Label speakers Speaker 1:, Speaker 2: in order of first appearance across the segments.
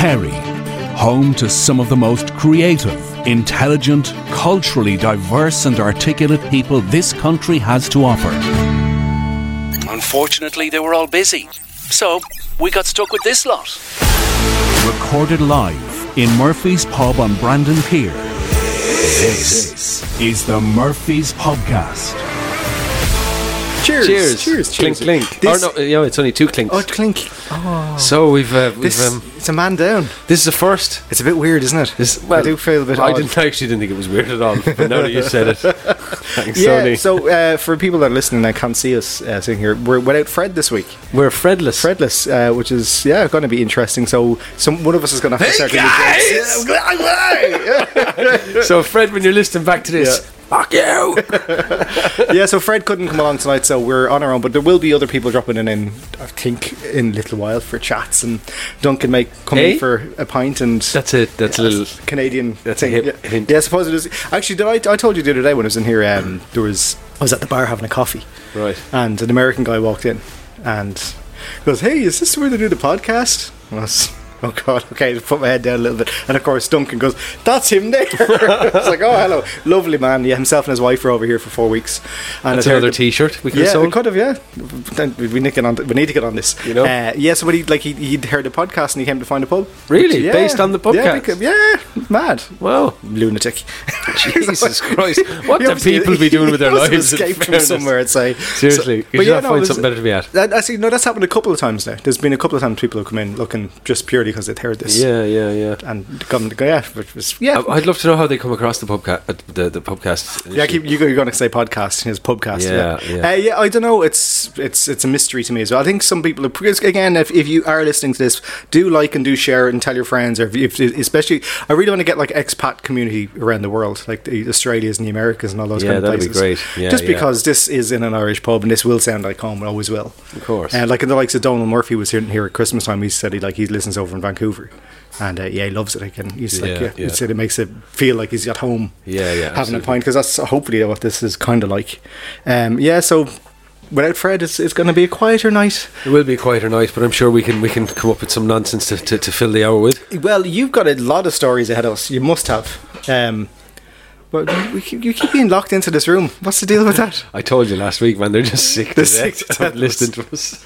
Speaker 1: Mary, home to some of the most creative, intelligent, culturally diverse, and articulate people this country has to offer. Unfortunately, they were all busy, so we got stuck with this lot. Recorded live in Murphy's Pub on Brandon Pier. This is the Murphy's Podcast.
Speaker 2: Cheers.
Speaker 3: Cheers.
Speaker 2: Cheers.
Speaker 3: Clink,
Speaker 2: cheers.
Speaker 3: clink.
Speaker 2: This-
Speaker 3: or no, you know, it's only two clinks.
Speaker 2: Oh, clink. Oh.
Speaker 3: so we've, uh, we've
Speaker 2: This,
Speaker 3: um,
Speaker 2: it's a man down.
Speaker 3: this is the first.
Speaker 2: It's a bit weird, isn't it?
Speaker 3: This,
Speaker 2: I do feel a bit
Speaker 3: I
Speaker 2: odd.
Speaker 3: didn't I actually didn't think it was weird at all, but now that you said it, thanks,
Speaker 2: yeah,
Speaker 3: Sony.
Speaker 2: so uh, for people that are listening that can't see us uh, sitting here, we're without Fred this week.
Speaker 3: We're Fredless.
Speaker 2: Fredless, uh, which is, yeah, going to be interesting. So some one of us is going to have to start doing the jokes. Yeah.
Speaker 3: So Fred, when you're listening back to this, fuck you.
Speaker 2: yeah, so Fred couldn't come along tonight, so we're on our own. But there will be other people dropping in, in I think, in a little while for chats. And Duncan may come
Speaker 3: Eh?
Speaker 2: in for a pint and
Speaker 3: That's it. That's a little.
Speaker 2: Canadian.
Speaker 3: That's a
Speaker 2: thing.
Speaker 3: hip
Speaker 2: yeah.
Speaker 3: hint.
Speaker 2: Yeah, I suppose it is. Actually, did I, I told you the other day when I was in here, um, there was I was at the bar having a coffee,
Speaker 3: Right.
Speaker 2: and an American guy walked in and goes, "Hey, is this where they do the podcast?" And I was, oh God, okay, I put my head down a little bit, and of course Duncan goes, "That's him there." it's like, oh hello, lovely man. Yeah, himself and his wife were over here for four weeks, and
Speaker 3: That's
Speaker 2: I'd heard
Speaker 3: another
Speaker 2: the-
Speaker 3: T-shirt we could have
Speaker 2: yeah, we
Speaker 3: sold.
Speaker 2: could have. Yeah, Then we we need to get on. th- We need to get on this.
Speaker 3: You know?
Speaker 2: Uh, yeah, somebody like he he'd heard the podcast and he came to find a pub.
Speaker 3: Really?
Speaker 2: Which- yeah,
Speaker 3: Based on the
Speaker 2: Yeah,
Speaker 3: podcast?
Speaker 2: because- yeah mad
Speaker 3: Wow.
Speaker 2: lunatic.
Speaker 3: Jesus Christ. What
Speaker 2: He
Speaker 3: do
Speaker 2: obviously-
Speaker 3: people be doing with their
Speaker 2: he must have
Speaker 3: lives, in
Speaker 2: Escaped from
Speaker 3: fairness?
Speaker 2: somewhere, I'd say.
Speaker 3: Seriously, you should not
Speaker 2: no,
Speaker 3: find
Speaker 2: it was-
Speaker 3: something better to be at.
Speaker 2: That, actually, no, that's happened a couple of times now. There's been a couple of times people have come in looking just purely because they'd heard this.
Speaker 3: Yeah, yeah, yeah.
Speaker 2: And come to go, yeah, which was, yeah.
Speaker 3: I- I'd love to know how they come across the pubca- uh, the the podcast.
Speaker 2: yeah, keep, you go- you're going to say podcast. It's podcast.
Speaker 3: Yeah,
Speaker 2: Yeah,
Speaker 3: yeah.
Speaker 2: Uh, yeah. I don't know. It's it's it's a mystery to me as well. I think some people, have- because again, if, if you are listening to this, do like and do share it and tell your friends. Or if, you- if especially, I really want to get like expat community around the world, like the Australians and the Americas and all those
Speaker 3: Yeah,
Speaker 2: kind of
Speaker 3: that'd be
Speaker 2: places.
Speaker 3: great. Yeah,
Speaker 2: Just
Speaker 3: yeah.
Speaker 2: because this is in an Irish pub and this will sound like home. It always will.
Speaker 3: Of course.
Speaker 2: And like the likes of Donald Murphy was here, here at Christmas time. He said he like he listens over in Vancouver. And uh, yeah, he loves it. Again, he's like,
Speaker 3: Yeah,
Speaker 2: yeah,
Speaker 3: yeah.
Speaker 2: he said it makes it feel like he's at home.
Speaker 3: Yeah, yeah,
Speaker 2: having
Speaker 3: absolutely.
Speaker 2: a pint because that's hopefully what this is kind of like. Um, yeah, so without Fred, it's, it's going to be a quieter night.
Speaker 3: It will be quite a night, but I'm sure we can we can come up with some nonsense to, to, to fill the hour with.
Speaker 2: Well, you've got a lot of stories ahead of us. You must have. Um, but we keep, you keep being locked into this room. What's the deal with that?
Speaker 3: I told you last week, man. They're just sick to
Speaker 2: They're sick
Speaker 3: death
Speaker 2: to
Speaker 3: of
Speaker 2: death.
Speaker 3: listening to us.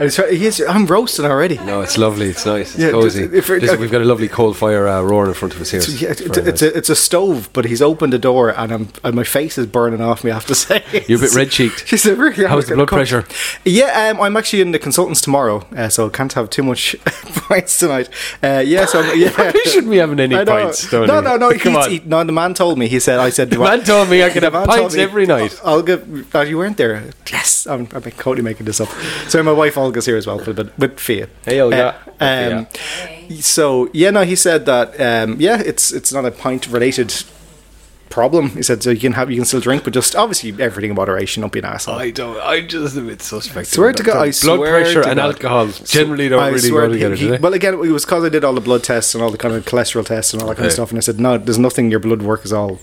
Speaker 2: I was try- he is- I'm roasting already.
Speaker 3: No, it's lovely. It's nice. It's
Speaker 2: Yeah,
Speaker 3: cozy.
Speaker 2: just- if it-
Speaker 3: Listen, we've got a lovely coal fire uh, roaring in front of us here.
Speaker 2: Yeah,
Speaker 3: It's
Speaker 2: it-
Speaker 3: very
Speaker 2: it's,
Speaker 3: nice.
Speaker 2: a, it's a stove, but he's opened the door, and, I'm, and my face is burning off me. I have to say,
Speaker 3: You're a bit red-cheeked.
Speaker 2: She's a really
Speaker 3: How's the blood pressure?
Speaker 2: Yeah, um, I'm actually in the consultants tomorrow, uh, so can't have too much pints tonight. Uh, yeah, so I'm- yeah.
Speaker 3: Probably shouldn't be having any
Speaker 2: I know.
Speaker 3: pints, don't
Speaker 2: No,
Speaker 3: we?
Speaker 2: no, no.
Speaker 3: Come
Speaker 2: he,
Speaker 3: on.
Speaker 2: he- no, the man told me. He said, "I said, the
Speaker 3: man told me I could have pints every night.
Speaker 2: Olga, oh, you weren't there. Yes, I'm, I'm totally making this up. So my wife Olga's here as well, but but with Fia.
Speaker 3: Hey, Olga.
Speaker 2: Uh, um, so yeah, no, he said that. Um, yeah, it's it's not a pint related problem. He said so you can have you can still drink, but just obviously everything in moderation. Don't be an asshole.
Speaker 3: I don't. I'm just a bit suspect.
Speaker 2: Swear
Speaker 3: of
Speaker 2: to
Speaker 3: that.
Speaker 2: God, I
Speaker 3: blood
Speaker 2: swear
Speaker 3: pressure
Speaker 2: to
Speaker 3: and
Speaker 2: God.
Speaker 3: alcohol generally don't
Speaker 2: I
Speaker 3: really
Speaker 2: swear
Speaker 3: go
Speaker 2: he-
Speaker 3: together,
Speaker 2: he-
Speaker 3: do they?
Speaker 2: Well, again, it was because I did all the blood tests and all the kind of cholesterol tests and all that kind of
Speaker 3: Okay.
Speaker 2: stuff, and I said, no, there's nothing. Your blood work is all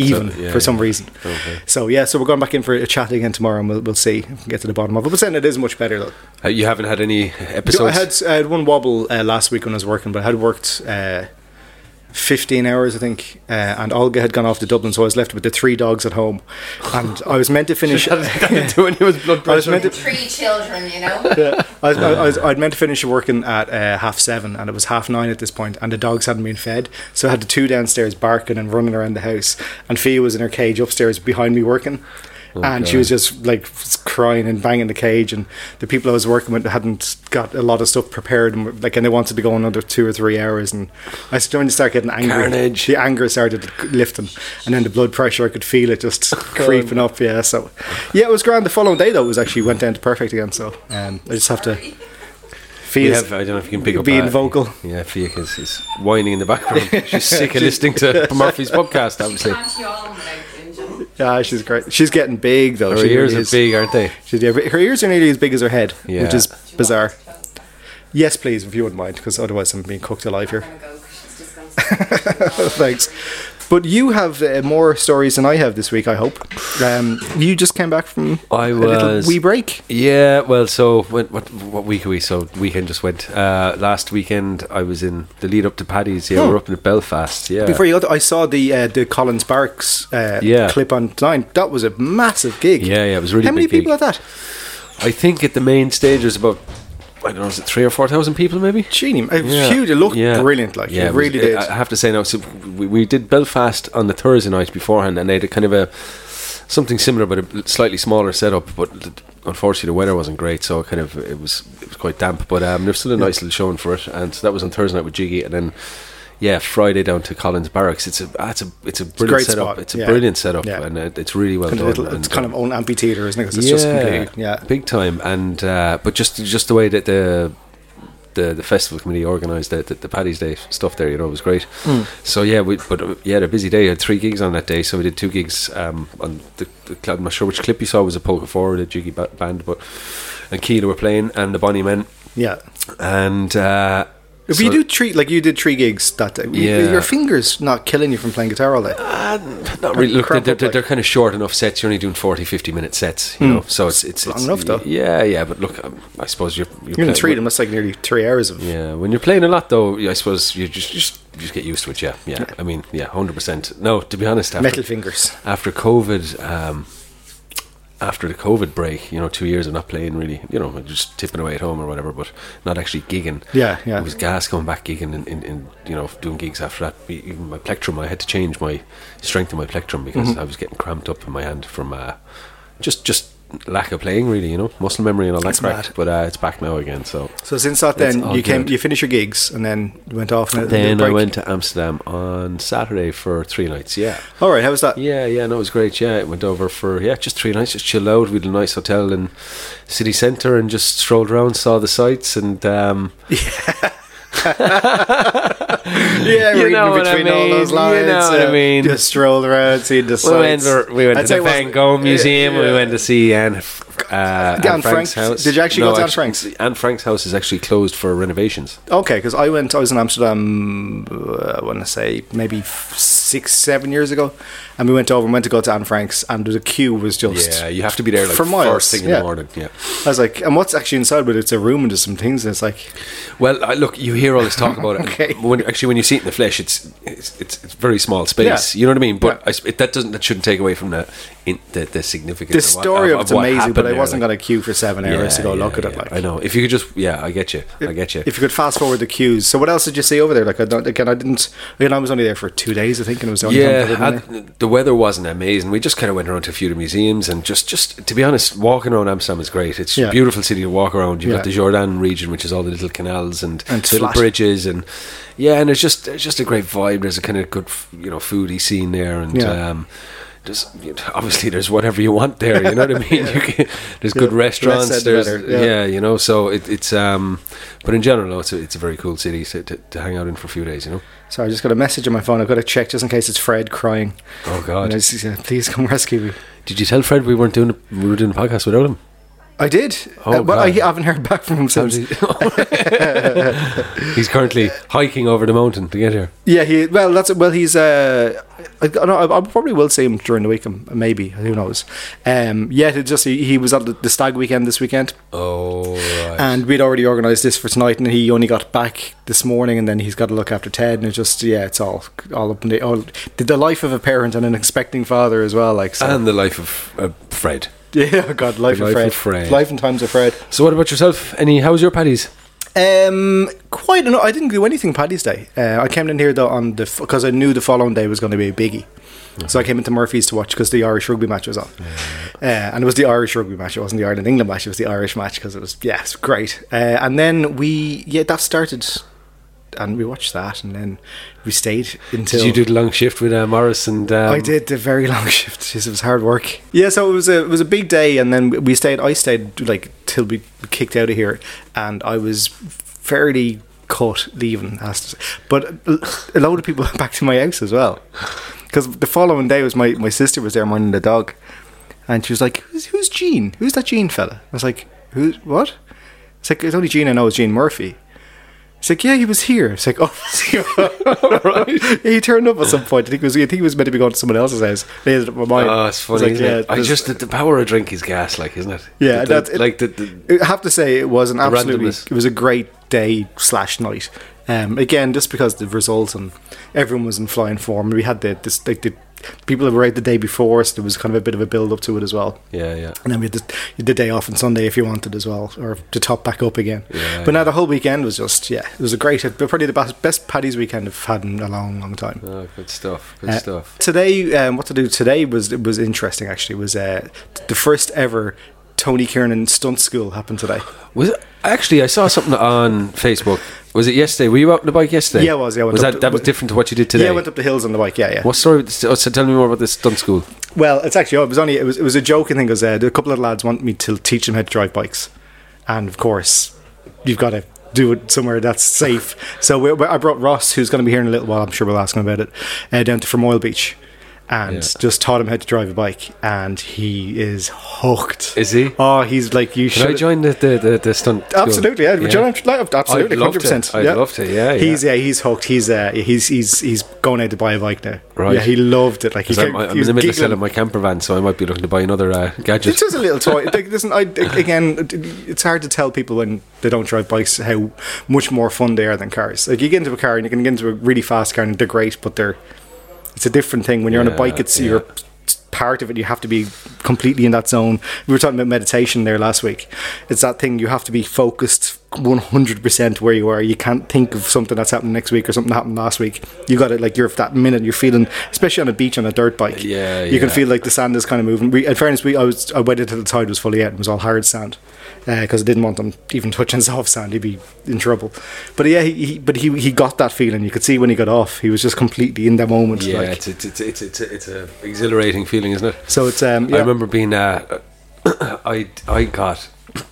Speaker 2: even
Speaker 3: So, yeah,
Speaker 2: for some
Speaker 3: yeah.
Speaker 2: reason.
Speaker 3: Okay.
Speaker 2: So yeah, so we're going back in for a chat again tomorrow, and we'll, we'll see if we can get to the bottom of it. But then it is much better though.
Speaker 3: Uh, you haven't had any
Speaker 2: You know,
Speaker 3: episodes.
Speaker 2: I had I had one wobble uh, last week when I was working, but I had worked uh, fifteen hours, I think, uh, and Olga had gone off to Dublin, so I was left with the three dogs at home, and I was meant to finish.
Speaker 3: Do anyone's blood
Speaker 2: I was
Speaker 3: pressure?
Speaker 2: meant to.
Speaker 4: Three children, you know?
Speaker 2: Yeah, I was, I was, I'd meant to finish working at uh, half seven, and it was half nine at this point, and the dogs hadn't been fed, so I had the two downstairs barking and running around the house, and Fia was in her cage upstairs behind me working. and she was just like f- crying and banging the cage, and the people I was working with hadn't got a lot of stuff prepared, and were- like, and they wanted to go another two or three hours, and I was starting to start getting angry.
Speaker 3: Carnage.
Speaker 2: The anger started lifting, and then the blood pressure, I could feel it just creeping up. Yeah, so yeah, it was grand. The following day though was actually went down to perfect again. So um, I just have to
Speaker 3: You
Speaker 2: feel
Speaker 3: have, I don't know if you can pick up
Speaker 2: being
Speaker 3: that.
Speaker 2: vocal.
Speaker 3: Yeah, Fia is, is whining in the background. She's sick of listening to Murphy's podcast, obviously.
Speaker 4: Can't you all without engine?
Speaker 2: Yeah, she's great. She's getting big though.
Speaker 3: Her
Speaker 2: she
Speaker 3: ears
Speaker 2: really
Speaker 3: are
Speaker 2: is.
Speaker 3: big, aren't they?
Speaker 2: She's- yeah, her ears are nearly as big as her head,
Speaker 3: Yeah.
Speaker 2: which is bizarre. Yes, please, if you wouldn't mind, because otherwise I'm being cooked alive here.
Speaker 4: I'm gonna go 'cause she's just gonna start.
Speaker 2: Thanks. But you have uh, more stories than I have this week, I hope. Um, you just came back from
Speaker 3: I
Speaker 2: a little
Speaker 3: was-
Speaker 2: wee break.
Speaker 3: Yeah, well, so what, what, what week are we? So weekend just went. Uh, last weekend I was in the lead up to Paddy's. Yeah,
Speaker 2: Hmm.
Speaker 3: we're up in Belfast. Yeah,
Speaker 2: Before you got, there, I saw the uh, the Colin Sparks uh,
Speaker 3: Yeah.
Speaker 2: clip on nine. That was a massive gig.
Speaker 3: Yeah, yeah, it was a really
Speaker 2: How many
Speaker 3: big
Speaker 2: people
Speaker 3: gig.
Speaker 2: at that?
Speaker 3: I think at the main stage there's about I don't know, is it three or four thousand people maybe?
Speaker 2: Genie, it was
Speaker 3: Yeah.
Speaker 2: huge. It looked
Speaker 3: Yeah.
Speaker 2: brilliant. Like it
Speaker 3: Yeah, was-
Speaker 2: really
Speaker 3: it-
Speaker 2: did.
Speaker 3: I have to say now, so we, we did Belfast on the Thursday night beforehand, and they had a kind of a something similar, but a slightly smaller setup. But th- unfortunately, the weather wasn't great, so it kind of it was it was quite damp. But um, there was still a nice little showing for it, and so that was on Thursday night with Jiggy, and then. Yeah, Friday down to Collins Barracks. It's a ah, it's a it's a brilliant
Speaker 2: great
Speaker 3: setup.
Speaker 2: spot,
Speaker 3: It's a
Speaker 2: yeah.
Speaker 3: brilliant setup,
Speaker 2: Yeah.
Speaker 3: and it, it's really well
Speaker 2: Kind of
Speaker 3: done.
Speaker 2: little-
Speaker 3: and,
Speaker 2: it's
Speaker 3: uh,
Speaker 2: kind of own amphitheater, isn't it? 'Cause it's just completely yeah.
Speaker 3: big time. And uh, but just just the way that the the, the festival committee organised the, the the Paddy's Day stuff there, you know, was great.
Speaker 2: Mm.
Speaker 3: So yeah, we but uh, yeah, a busy day. I had three gigs on that day, so we did two gigs um, on the, the club. I'm not sure which clip you saw was a Poker Four, the Jiggy ba- band, but and Keela were playing and the Bonnie Men
Speaker 2: Yeah.
Speaker 3: and. Uh,
Speaker 2: If
Speaker 3: so-
Speaker 2: you do three, like you did three gigs that day, you-
Speaker 3: Yeah.
Speaker 2: your fingers not killing you from playing guitar all day.
Speaker 3: uh, not really. Look,
Speaker 2: crumpled,
Speaker 3: they're, they're,
Speaker 2: like- Hmm.
Speaker 3: they're kind of short enough sets. You're only doing 40, 50 minute sets, you know. So it's it's,
Speaker 2: Long
Speaker 3: it's
Speaker 2: enough, though.
Speaker 3: Yeah, yeah. But look, um, I suppose you're you're,
Speaker 2: You're in
Speaker 3: playing-
Speaker 2: three of them. That's like nearly three hours of.
Speaker 3: Yeah, when you're playing a lot, though, I suppose you just you just, you just get used to it. Yeah, yeah. I mean, yeah, hundred percent. No, to be honest, after,
Speaker 2: Metal fingers.
Speaker 3: after COVID, um, after the COVID break, you know, two years of not playing really, you know, just tipping away at home or whatever, but not actually gigging.
Speaker 2: Yeah, yeah.
Speaker 3: It was gas coming back gigging and, and, and you know doing gigs after that. E- Even my plectrum, I had to change my strength of my plectrum because
Speaker 2: Mm-hmm.
Speaker 3: I was getting cramped up in my hand from uh, just just lack of playing really, you know, muscle memory and all that crap.
Speaker 2: mad.
Speaker 3: But uh, it's back now again, so.
Speaker 2: So since that,
Speaker 3: It's
Speaker 2: then
Speaker 3: all
Speaker 2: you came,
Speaker 3: good.
Speaker 2: you finished your gigs, and then you went off. And a little
Speaker 3: Then I
Speaker 2: break.
Speaker 3: went to Amsterdam on Saturday for three nights. Yeah,
Speaker 2: All right, how was that?
Speaker 3: yeah, yeah. No, it was great. Yeah, it went over for yeah, just three nights. Just chilled out. We had a nice hotel in city centre and just strolled around, saw the sights, and um,
Speaker 2: Yeah,
Speaker 3: You
Speaker 2: reading
Speaker 3: know what I
Speaker 2: between all
Speaker 3: mean,
Speaker 2: those
Speaker 3: you
Speaker 2: lines.
Speaker 3: know what I
Speaker 2: uh,
Speaker 3: mean.
Speaker 2: Just strolled around, seeing the
Speaker 3: we went,
Speaker 2: sights.
Speaker 3: for- we went
Speaker 2: I'd
Speaker 3: to
Speaker 2: say
Speaker 3: the
Speaker 2: it wasn't-
Speaker 3: Van Gogh
Speaker 2: yeah,
Speaker 3: Museum. We
Speaker 2: yeah.
Speaker 3: went to see Anne, uh, Anne
Speaker 2: Anne
Speaker 3: Frank's
Speaker 2: Frank's-
Speaker 3: house.
Speaker 2: did you actually go to Anne
Speaker 3: actu-
Speaker 2: Frank's?
Speaker 3: Anne Frank's house is actually closed for renovations.
Speaker 2: Okay, because I went, I was in Amsterdam, uh, I want to say maybe f- six, seven years ago, and we went over and went to go to Anne Frank's, and the queue was just.
Speaker 3: Yeah, you have to be there like
Speaker 2: For miles,
Speaker 3: first thing in
Speaker 2: yeah.
Speaker 3: the morning. Yeah.
Speaker 2: I was like, and what's actually inside? But it's a room and there's some things, and it's like,
Speaker 3: Well, I, look, you hear all this talk about it.
Speaker 2: Okay.
Speaker 3: When actually, when you see it in the flesh, it's it's it's, it's very small space.
Speaker 2: Yeah.
Speaker 3: You know what I mean? But
Speaker 2: Yeah.
Speaker 3: I s it, that doesn't that shouldn't take away from the in, the, the significance.
Speaker 2: this story of,
Speaker 3: what-
Speaker 2: it's amazing,
Speaker 3: happened
Speaker 2: but I
Speaker 3: there,
Speaker 2: wasn't
Speaker 3: like-
Speaker 2: going to queue for seven hours to go
Speaker 3: yeah,
Speaker 2: look at it.
Speaker 3: yeah.
Speaker 2: Like,
Speaker 3: I know. If you could just, yeah, I get you. I get you.
Speaker 2: If you could fast forward the queues. So what else did you see over there? Like I don't again I didn't again I was only there for two days I think and it was the only time I've ever been
Speaker 3: yeah, I- the weather wasn't amazing. We just kind of went around to a few of the museums and just, just to be honest, walking around Amsterdam is great. It's
Speaker 2: Yeah.
Speaker 3: a beautiful city to walk around. You've
Speaker 2: Yeah.
Speaker 3: got the Jordan region, which is all the little canals and,
Speaker 2: And it's
Speaker 3: little
Speaker 2: flat.
Speaker 3: bridges, and yeah, and it's just it's just a great vibe. There's a kind of good, f- you know, foodie scene there, and.
Speaker 2: Yeah.
Speaker 3: Um, there's, you know, obviously, there's whatever you want there. You know what I mean. You can, there's good
Speaker 2: Yeah, less
Speaker 3: restaurants.
Speaker 2: said the
Speaker 3: There's,
Speaker 2: better, yeah.
Speaker 3: yeah. you know. So it, it's, um, but in general, no, it's a, it's a very cool city to, to, to hang out in for a few days. You know.
Speaker 2: Sorry, I just got a message on my phone. I've got to check just in case it's Fred crying.
Speaker 3: Oh
Speaker 2: And
Speaker 3: God.
Speaker 2: I just said, please come rescue me.
Speaker 3: Did you tell Fred we weren't doing the, we were doing the podcast without him?
Speaker 2: I did.
Speaker 3: Oh,
Speaker 2: Uh, but I
Speaker 3: God.
Speaker 2: haven't heard back from him since.
Speaker 3: He's currently hiking over the mountain to get here.
Speaker 2: Yeah, he well that's well he's uh I, I, don't know, I, I probably will see him during the week um, maybe, who knows. Um yet it just he, he was at the, the stag weekend this weekend
Speaker 3: Oh right.
Speaker 2: and we'd already organised this for tonight and he only got back this morning and then he's got to look after Ted and it's just yeah, it's all all up in the all the, the life of a parent and an expecting father as well, like so
Speaker 3: and the life of uh, Fred.
Speaker 2: Yeah, oh God, life,
Speaker 3: The
Speaker 2: of,
Speaker 3: life
Speaker 2: Fred.
Speaker 3: of Fred.
Speaker 2: Life and times of Fred.
Speaker 3: So what about yourself? Any? How's your paddies?
Speaker 2: Um, quite. An, I didn't do anything Paddy's Day. Uh, I came in here though on the because I knew the following day was going to be a biggie, so I came into Murphy's to watch because the Irish rugby match was on, uh, and it was the Irish rugby match. It wasn't the Ireland England match. It was the Irish match because it was yeah, it's great. Uh, and then we yeah that started, and we watched that, and then we stayed until
Speaker 3: Did you do the long shift with uh, Morris and? Um,
Speaker 2: I did the very long shift. Jeez, it was hard work. Yeah, so it was a it was a big day, and then we stayed. I stayed like till we kicked out of here, and I was fairly cut leaving. has to say. But a load of people went back to my house as well, because the following day was my my sister was there minding the dog, and she was like, "Who's, who's Gene? Who's that Gene fella?" I was like, "Who? What?" It's like it's only Gene I know is Gene Murphy. He's like, yeah, he was here. It's like, oh, was he? Yeah, he turned up at some point. I think it was. I think he was meant to be going to someone else's house. And he ended up at mine.
Speaker 3: Oh, it's
Speaker 2: I was
Speaker 3: funny.
Speaker 2: like,
Speaker 3: isn't it? I
Speaker 2: this-
Speaker 3: just the, the power of drink is gas, like isn't it?
Speaker 2: Yeah,
Speaker 3: The- the-
Speaker 2: that's it.
Speaker 3: like the, the
Speaker 2: I have to say it was an absolutely
Speaker 3: randomness.
Speaker 2: it was a great day slash night. Um, again, just because the result and everyone was in flying form. We had the this like the people that were out the day before, so there was kind of a bit of a build up to it as well.
Speaker 3: yeah, yeah.
Speaker 2: And then we had the, the day off on Sunday if you wanted as well, or to top back up again.
Speaker 3: Yeah,
Speaker 2: but now the whole weekend was just yeah, it was a great, probably the best, best Paddy's weekend I've had in a long, long time.
Speaker 3: Oh, good stuff. Good
Speaker 2: Uh,
Speaker 3: stuff.
Speaker 2: Today, um, what to do today was it was interesting. Actually, was uh, the first ever Tony Kiernan stunt school happened today.
Speaker 3: Was it, actually I saw something on Facebook. Was it yesterday? Were you out on the bike yesterday?
Speaker 2: Yeah, I was, yeah, I went
Speaker 3: was
Speaker 2: up
Speaker 3: that
Speaker 2: to-
Speaker 3: that was different to what you did today?
Speaker 2: Yeah, I went up the hills on the bike. Yeah, yeah.
Speaker 3: What story? was- Oh, so tell me more about this stunt school.
Speaker 2: Well, it's actually oh, it was only it was it was a joke. I think because uh, a couple of lads want me to teach them how to drive bikes, and of course, you've got to do it somewhere that's safe. so we, we- I brought Ross, who's going to be here in a little while. I'm sure we'll ask him about it, uh, down to Fermoil Beach. And
Speaker 3: Yeah.
Speaker 2: just taught him how to drive a bike, and he is hooked.
Speaker 3: Is he?
Speaker 2: Oh, he's like you
Speaker 3: Should I
Speaker 2: should.
Speaker 3: join the the, the, the stunt? school?
Speaker 2: Absolutely, yeah. Would you like- like- Absolutely,
Speaker 3: I'd love
Speaker 2: hundred percent.
Speaker 3: to. I'd love to, yeah, yeah.
Speaker 2: He's yeah, he's hooked. He's uh, he's he's he's going out to buy a bike now.
Speaker 3: Right.
Speaker 2: Yeah, he loved it. Like he
Speaker 3: Because I'm,
Speaker 2: came-
Speaker 3: I'm
Speaker 2: he
Speaker 3: in
Speaker 2: was
Speaker 3: the middle of
Speaker 2: giggling.
Speaker 3: selling my camper van, so I might be looking to buy another uh, gadget.
Speaker 2: It's just a little toy. Like, listen, I, again, it's hard to tell people when they don't drive bikes how much more fun they are than cars. Like you get into a car and you can get into a really fast car and they're great, but they're it's a different thing. When you're on
Speaker 3: Yeah,
Speaker 2: a bike, it's
Speaker 3: yeah.
Speaker 2: you're part of it. You have to be completely in that zone. We were talking about meditation there last week. It's that thing you have to be focused 100% where you are. You can't think of something that's happened next week or something that happened last week. You got it. Like you're that minute you're feeling, especially on a beach on a dirt bike.
Speaker 3: Yeah,
Speaker 2: you can
Speaker 3: yeah.
Speaker 2: feel like the sand is kind of moving. We, in fairness, we I was I waited till the tide was fully out and it was all hard sand because I didn't want them even touching soft sand. He'd be in trouble. But yeah, he, he but he he got that feeling. You could see when he got off. He was just completely in that moment.
Speaker 3: yeah,
Speaker 2: like,
Speaker 3: it's it's it's it's it's a, it's a exhilarating feeling, isn't it?
Speaker 2: so it's um. Yeah.
Speaker 3: I remember being uh, I I got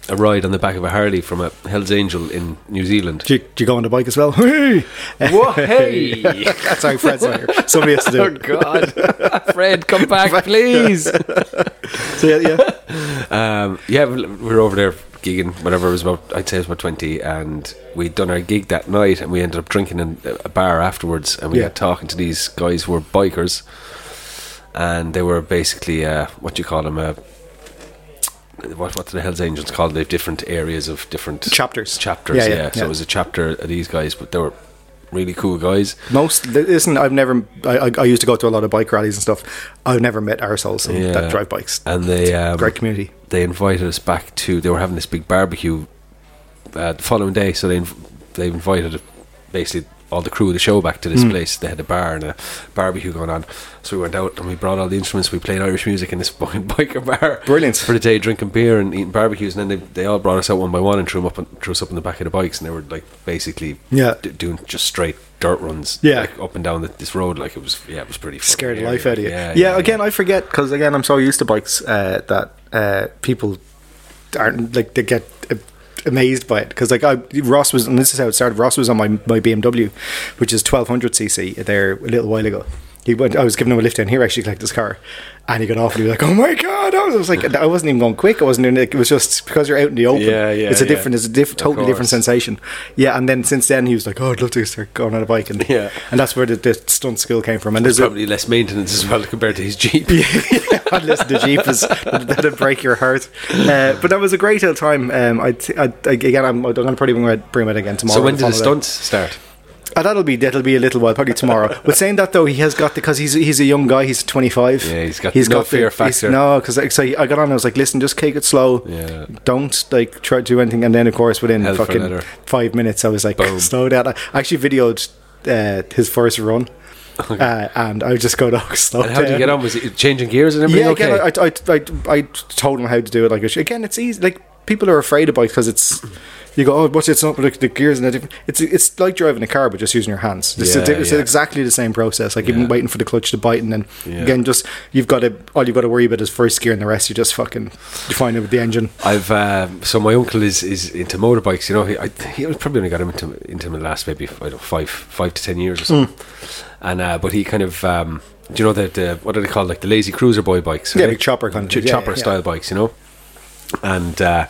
Speaker 3: a ride on the back of a Harley from a Hell's Angel in New Zealand.
Speaker 2: Do you, do you go on the bike as well? Hey!
Speaker 3: Whoa, hey!
Speaker 2: That's how Fred's are here. Somebody has to do
Speaker 3: oh
Speaker 2: it.
Speaker 3: God, Fred, come back, please.
Speaker 2: So yeah, yeah.
Speaker 3: Um, yeah, we we were over there gigging. Whatever it was about, I'd say it was about twenty, and we'd done our gig that night, and we ended up drinking in a bar afterwards, and we
Speaker 2: Yeah.
Speaker 3: got talking to these guys who were bikers, and they were basically uh, what do you call them? Uh, what what do the Hell's Angels called? They have different areas of different
Speaker 2: Chapters.
Speaker 3: Chapters, yeah.
Speaker 2: Yeah, yeah,
Speaker 3: So
Speaker 2: yeah.
Speaker 3: it was a chapter of these guys, but they were really cool guys.
Speaker 2: Most listen, I've never. I, I, I used to go to a lot of bike rallies and stuff. I've never met arseholes in-
Speaker 3: Yeah.
Speaker 2: that drive bikes.
Speaker 3: and they um,
Speaker 2: Great community.
Speaker 3: they invited us back to they were having this big barbecue uh, the following day so they inv- they invited basically all the crew of the show back to this
Speaker 2: Hmm.
Speaker 3: place they had a bar and a barbecue going on so we went out and we brought all the instruments we played Irish music in this fucking biker bar
Speaker 2: Brilliant.
Speaker 3: for the day drinking beer and eating barbecues and then they, they all brought us out one by one and threw, 'em up on, threw us up on the back of the bikes and they were like basically
Speaker 2: Yeah.
Speaker 3: d- doing just straight dirt runs
Speaker 2: Yeah.
Speaker 3: like, up and down the, this road like it was yeah it was pretty fucking
Speaker 2: scared the
Speaker 3: hairy.
Speaker 2: life out of you.
Speaker 3: yeah,
Speaker 2: Yeah, again, I forget because again, I'm so used to bikes uh, that uh, people aren't like they get uh, amazed by it because like I Ross was and this is how it started. Ross was on my my BMW, which is 1200 cc there a little while ago. He went. I was giving him a lift down here actually to collect his car, and he got off and he was like, "Oh my god!" I was, I was like, I wasn't even going quick. I wasn't doing it. It was just because you're out in the open.
Speaker 3: Yeah, yeah,
Speaker 2: It's a
Speaker 3: yeah.
Speaker 2: different. It's a different, totally different
Speaker 3: course.
Speaker 2: sensation. Yeah, and then since then he was like, "Oh, I'd love to start going on a bike," and
Speaker 3: Yeah.
Speaker 2: and that's where the, the stunt skill came from. And there's a,
Speaker 3: probably less maintenance as well compared to his Jeep.
Speaker 2: unless the jeep is that'd break your heart. Uh, but that was a great old time. Um, I, t- I again, I'm, I'm probably going to bring it again tomorrow.
Speaker 3: So when
Speaker 2: to
Speaker 3: did the
Speaker 2: follow that.
Speaker 3: stunts start?
Speaker 2: Uh, that'll be that'll be a little while, probably tomorrow. but saying that though, he has got because he's he's a young guy. He's 25.
Speaker 3: Yeah, he's got no fear
Speaker 2: he's-
Speaker 3: factor.
Speaker 2: No, because like, so I got on. and I was like, listen, just take it slow.
Speaker 3: Yeah.
Speaker 2: Don't like try to do anything. And then of course within
Speaker 3: Hell for
Speaker 2: fucking
Speaker 3: leather.
Speaker 2: five minutes, I was like,
Speaker 3: Boom.
Speaker 2: slow down. I actually videoed uh, his first run. Uh, and I would just go to slow
Speaker 3: And how did you
Speaker 2: down."
Speaker 3: get on? Was it changing gears and everything?
Speaker 2: um, Yeah,
Speaker 3: okay.
Speaker 2: again, I, I, I, I told him how to do it. Like again, it's easy. Like people are afraid of bikes because it's you go, oh, what's it? It's not like the gears and everything. It's it's like driving a car, but just using your hands. It's,
Speaker 3: Yeah,
Speaker 2: it's- it's
Speaker 3: yeah.
Speaker 2: exactly the same process. Like
Speaker 3: Yeah.
Speaker 2: even waiting for the clutch to bite, and then
Speaker 3: Yeah.
Speaker 2: again, just you've got to all you've got to worry about is first gear, and the rest you just fucking you find out with the engine.
Speaker 3: I've um, so my uncle is, is into motorbikes. You know, he, I, he was probably only got him into into him in the last maybe I don't know, five five to ten years or something.
Speaker 2: Hmm.
Speaker 3: And uh, but he kind of um, do you know the, the what are they called like the lazy cruiser boy bikes?
Speaker 2: Yeah,
Speaker 3: right?
Speaker 2: like chopper kind of
Speaker 3: Ch-
Speaker 2: thing. Yeah,
Speaker 3: chopper
Speaker 2: yeah, yeah.
Speaker 3: style bikes, you know. And uh,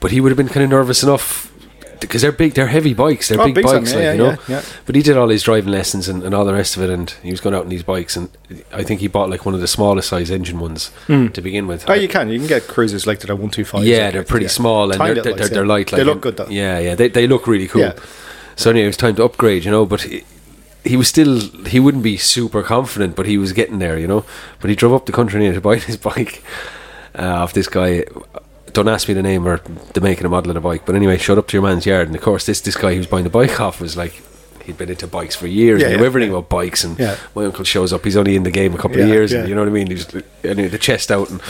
Speaker 3: but he would have been kind of nervous enough because they're big, they're heavy bikes, they're
Speaker 2: Oh,
Speaker 3: big,
Speaker 2: big time,
Speaker 3: bikes,
Speaker 2: yeah,
Speaker 3: like
Speaker 2: yeah,
Speaker 3: you know.
Speaker 2: yeah, yeah.
Speaker 3: But he did all his driving lessons and, and all the rest of it, and he was going out on these bikes, and I think he bought like one of the smallest size engine ones to begin with.
Speaker 2: Oh, you can. You can get cruisers like that are one two five.
Speaker 3: Yeah, they're pretty small and they're, they're, they're, light. Like,
Speaker 2: they look good though.
Speaker 3: Yeah, yeah, they, they look really cool.
Speaker 2: Yeah.
Speaker 3: So anyway, it was time to upgrade, you know. But he, he was still he wouldn't be super confident, but he was getting there, you know. But he drove up the country anyway to buy his bike uh, off this guy. Don't ask me the name or the make and the model of the bike, but anyway, showed up to your man's yard, and of course, this this guy he was buying the bike off was like. He'd been into bikes for years.
Speaker 2: Yeah,
Speaker 3: knew
Speaker 2: yeah,
Speaker 3: everything
Speaker 2: yeah.
Speaker 3: about bikes, and
Speaker 2: Yeah.
Speaker 3: my uncle shows up. He's only in the game a couple of
Speaker 2: Yeah,
Speaker 3: years, and
Speaker 2: yeah.
Speaker 3: you know what I mean. He's anyway, the chest out, and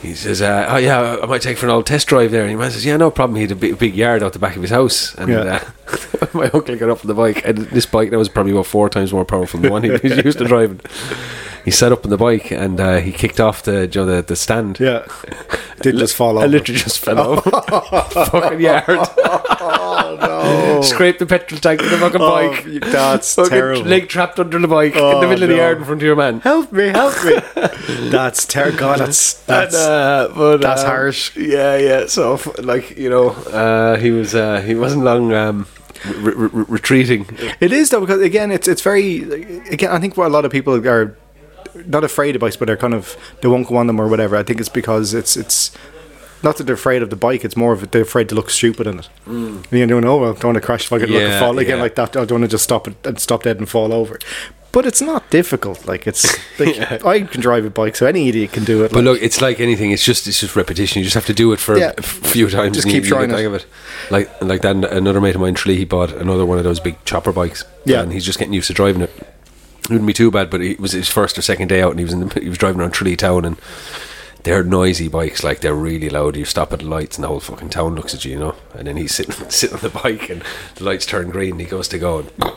Speaker 3: he says, uh, "Oh yeah, I might take for an old test drive there." And your man says, "Yeah, no problem." He had a big, big yard out the back of his house, and
Speaker 2: Yeah.
Speaker 3: uh, my uncle got up on the bike, and this bike that was probably about four times more powerful than the one he was used to driving. He sat up on the bike and uh, he kicked off the you know, the, the stand.
Speaker 2: Yeah, did just fall
Speaker 3: I
Speaker 2: off.
Speaker 3: literally just fell over. fucking yard. Scraped the petrol tank of the fucking
Speaker 2: Oh,
Speaker 3: bike.
Speaker 2: that's
Speaker 3: Fucking
Speaker 2: terrible.
Speaker 3: Leg trapped under the bike in
Speaker 2: Oh,
Speaker 3: the middle of the
Speaker 2: no.
Speaker 3: yard in front of your man.
Speaker 2: Help me! Help me! that's terrible. God, that's that's.
Speaker 3: And, uh, but,
Speaker 2: that's
Speaker 3: um,
Speaker 2: harsh.
Speaker 3: Yeah, yeah. So, f- like you know, uh, he was uh, he wasn't long um, re- re- re- retreating.
Speaker 2: It is though because again, it's it's very again. I think what a lot of people are not afraid of bikes, but they're kind of they won't go on them or whatever. I think it's because it's it's not that they're afraid of the bike. It's more of they're afraid to look stupid in it. Mm. You know, oh, I don't want to crash if I could look
Speaker 3: Yeah,
Speaker 2: and fall again
Speaker 3: yeah.
Speaker 2: like that. I don't want to just stop it and stop dead and fall over. But it's not difficult. Like it's like I can drive a bike, so any idiot can do it. like-
Speaker 3: But look, it's like anything. It's just it's just repetition. You just have to do it for
Speaker 2: Yeah.
Speaker 3: a few times.
Speaker 2: Just
Speaker 3: and you-
Speaker 2: keep
Speaker 3: you get
Speaker 2: trying
Speaker 3: the
Speaker 2: it.
Speaker 3: hang of it. Like like then another mate of mine, Tralee, he bought another one of those big chopper bikes.
Speaker 2: Yeah.
Speaker 3: and he's just getting used to driving it. It wouldn't be too bad, but it was his first or second day out, and he was in the, he was driving around Tralee town, and they're noisy bikes. Like they're really loud. You stop at the lights, and the whole fucking town looks at you, you know. And then he's sitting sitting on the bike, and the lights turn green. and He goes to go and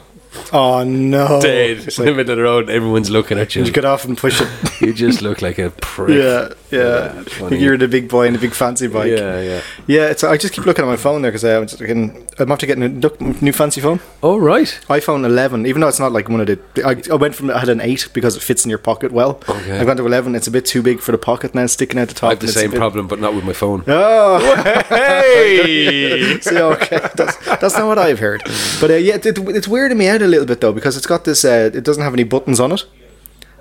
Speaker 2: oh no,
Speaker 3: dead
Speaker 2: It's
Speaker 3: in the
Speaker 2: like,
Speaker 3: middle of the road. Everyone's looking at you.
Speaker 2: you get off and push it.
Speaker 3: You just look like a prick.
Speaker 2: yeah, yeah.
Speaker 3: funny.
Speaker 2: You're the big boy in a big fancy bike.
Speaker 3: yeah, yeah.
Speaker 2: Yeah, it's, I just keep looking at my phone there because I'm just looking. I'm have to get a new, look, new fancy phone.
Speaker 3: All right.
Speaker 2: iPhone 11, even though it's not like one of the. I, I went from I had an 8 because it fits in your pocket well.
Speaker 3: Okay.
Speaker 2: I've gone to 11. It's a bit too big for the pocket now, sticking out the top.
Speaker 3: I have the
Speaker 2: and it's a
Speaker 3: same
Speaker 2: bit-
Speaker 3: problem, but not with my phone.
Speaker 2: Oh, hey! See, okay, that's, that's not what I've heard. But uh, yeah, it, it's weirding me out a little bit though because it's got this. Uh, it doesn't have any buttons on it,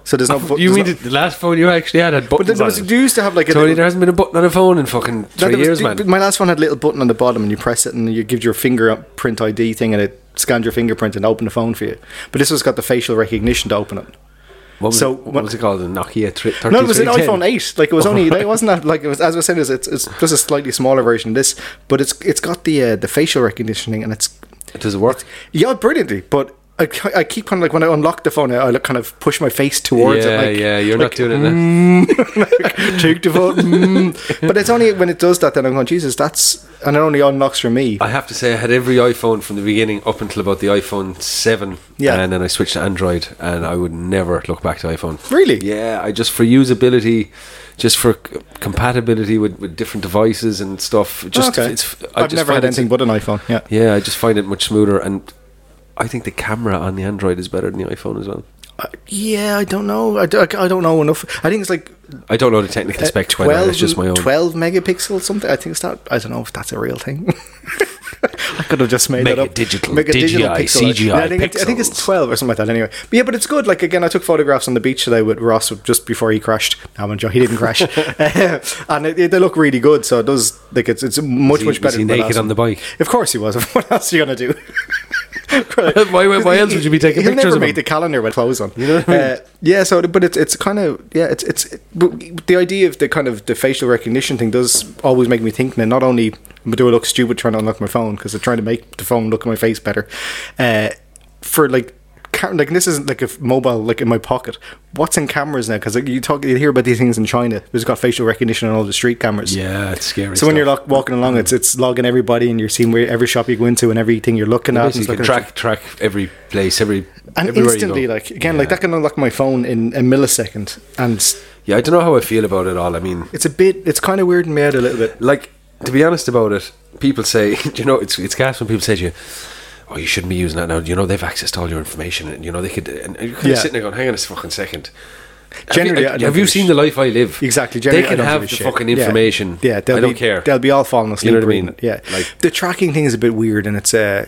Speaker 2: so there's no. Bu-
Speaker 3: you
Speaker 2: there's
Speaker 3: mean
Speaker 2: no-
Speaker 3: the last phone you actually had had
Speaker 2: But there
Speaker 3: buttons
Speaker 2: was,
Speaker 3: on
Speaker 2: you used to have like
Speaker 3: it?
Speaker 2: a.
Speaker 3: Tony,
Speaker 2: little-
Speaker 3: there hasn't been a button on a phone in fucking
Speaker 2: No,
Speaker 3: three
Speaker 2: there was-
Speaker 3: years,
Speaker 2: but
Speaker 3: man.
Speaker 2: My last one had a little button on the bottom, and you press it, and you give your fingerprint ID thing, and it scanned your fingerprint and opened the phone for you. But this one's got the facial recognition to open it.
Speaker 3: What was,
Speaker 2: so
Speaker 3: it, what
Speaker 2: what-
Speaker 3: was it called? A Nokia tri-
Speaker 2: No, it was an
Speaker 3: 3310?
Speaker 2: iPhone eight. Like it was
Speaker 3: Oh.
Speaker 2: only, like, it wasn't that like it was. As I was saying, it's it's, it's just a slightly smaller version of this, but it's it's got the uh, the facial recognition, and it's
Speaker 3: Does it work?
Speaker 2: yeah, brilliantly. But I, ki- I keep kind of like when I unlock the phone, I, I kind of push my face towards
Speaker 3: yeah,
Speaker 2: it. Like,
Speaker 3: yeah, you're
Speaker 2: like,
Speaker 3: not doing it now.
Speaker 2: Take the phone. mm. But it's only when it does that that I'm going, Jesus, that's and it only unlocks for me.
Speaker 3: I have to say, I had every iPhone from the beginning up until about the iPhone 7.
Speaker 2: Yeah.
Speaker 3: And then I switched to Android, and I would never look back to iPhone.
Speaker 2: Really?
Speaker 3: Yeah, I just for usability, just for c- compatibility with, with different devices and stuff. Just,
Speaker 2: okay.
Speaker 3: it's, I
Speaker 2: I've
Speaker 3: just
Speaker 2: never
Speaker 3: find
Speaker 2: had
Speaker 3: it's-
Speaker 2: anything but an iPhone. Yeah.
Speaker 3: Yeah, I just find it much smoother, and I think the camera on the Android is better than the iPhone as well.
Speaker 2: Uh, yeah, I don't know. I, do, I don't know enough. I think it's like
Speaker 3: I don't know the technical
Speaker 2: uh,
Speaker 3: specs by that.
Speaker 2: 12,
Speaker 3: It's just my own.
Speaker 2: 12 megapixel something. I think it's not. I don't know if that's a real thing. I could have just made
Speaker 3: Make
Speaker 2: that
Speaker 3: it
Speaker 2: up.
Speaker 3: digital.
Speaker 2: Make a digital
Speaker 3: DGI,
Speaker 2: pixel.
Speaker 3: CGI
Speaker 2: Yeah, I, think it- I think
Speaker 3: pixels.
Speaker 2: it's 12 or something like that anyway. But yeah, but it's good. Like, again, I took photographs on the beach today with Ross just before he crashed. No, I'm joking. He didn't crash. and it, it- they look really good. So it does, like, it's, it's much, much
Speaker 3: he- was
Speaker 2: better.
Speaker 3: he
Speaker 2: than my
Speaker 3: naked
Speaker 2: last
Speaker 3: on the
Speaker 2: one.
Speaker 3: bike?
Speaker 2: Of course he was. what else are you going to do?
Speaker 3: Why- why- why else would you be taking
Speaker 2: He'll
Speaker 3: pictures
Speaker 2: never
Speaker 3: of
Speaker 2: make
Speaker 3: him?
Speaker 2: the calendar with clothes on. You
Speaker 3: know what I mean?
Speaker 2: yeah, so but it's it's kind of yeah, it's it's it, but the idea of the kind of the facial recognition thing does always make me think. Now, not only do I look stupid trying to unlock my phone because they're trying to make the phone look at my face better, uh, for like. ca- Like this isn't like a f- mobile like in my pocket. What's in cameras now? Because like you talk, you hear about these things in China. It's got facial recognition on all the street cameras.
Speaker 3: Yeah, it's scary.
Speaker 2: So when you're
Speaker 3: stuff.
Speaker 2: like walking along, it's it's logging everybody, and you're seeing where every shop you go into and everything you're looking at. and
Speaker 3: Basically,
Speaker 2: it's
Speaker 3: you can
Speaker 2: looking at
Speaker 3: track track every place, every
Speaker 2: and
Speaker 3: everywhere
Speaker 2: instantly
Speaker 3: you go.
Speaker 2: like again
Speaker 3: yeah.
Speaker 2: like that can unlock my phone in a millisecond and s-
Speaker 3: Yeah, I don't know how I feel about it all. I mean,
Speaker 2: it's a bit it's kind of weirding me out a little bit
Speaker 3: like to be honest about it, people say, do you know, it's it's gas when people say to you, "Oh, you shouldn't be using that now." You know, they've accessed all your information, and you know they could. And you're kind
Speaker 2: Yeah.
Speaker 3: of sitting there going, "Hang on a fucking second.
Speaker 2: Generally, I
Speaker 3: have you,
Speaker 2: don't
Speaker 3: have you
Speaker 2: give a
Speaker 3: seen
Speaker 2: sh-
Speaker 3: the life I live?
Speaker 2: Exactly.
Speaker 3: They
Speaker 2: Generally, I
Speaker 3: can
Speaker 2: don't
Speaker 3: have the
Speaker 2: give a shit.
Speaker 3: fucking
Speaker 2: Yeah.
Speaker 3: information.
Speaker 2: Yeah, they'll
Speaker 3: I don't
Speaker 2: be,
Speaker 3: care.
Speaker 2: They'll be all falling asleep.
Speaker 3: what I
Speaker 2: reading
Speaker 3: mean?
Speaker 2: it, Yeah,
Speaker 3: Like-
Speaker 2: the tracking thing is a bit weird, and it's uh,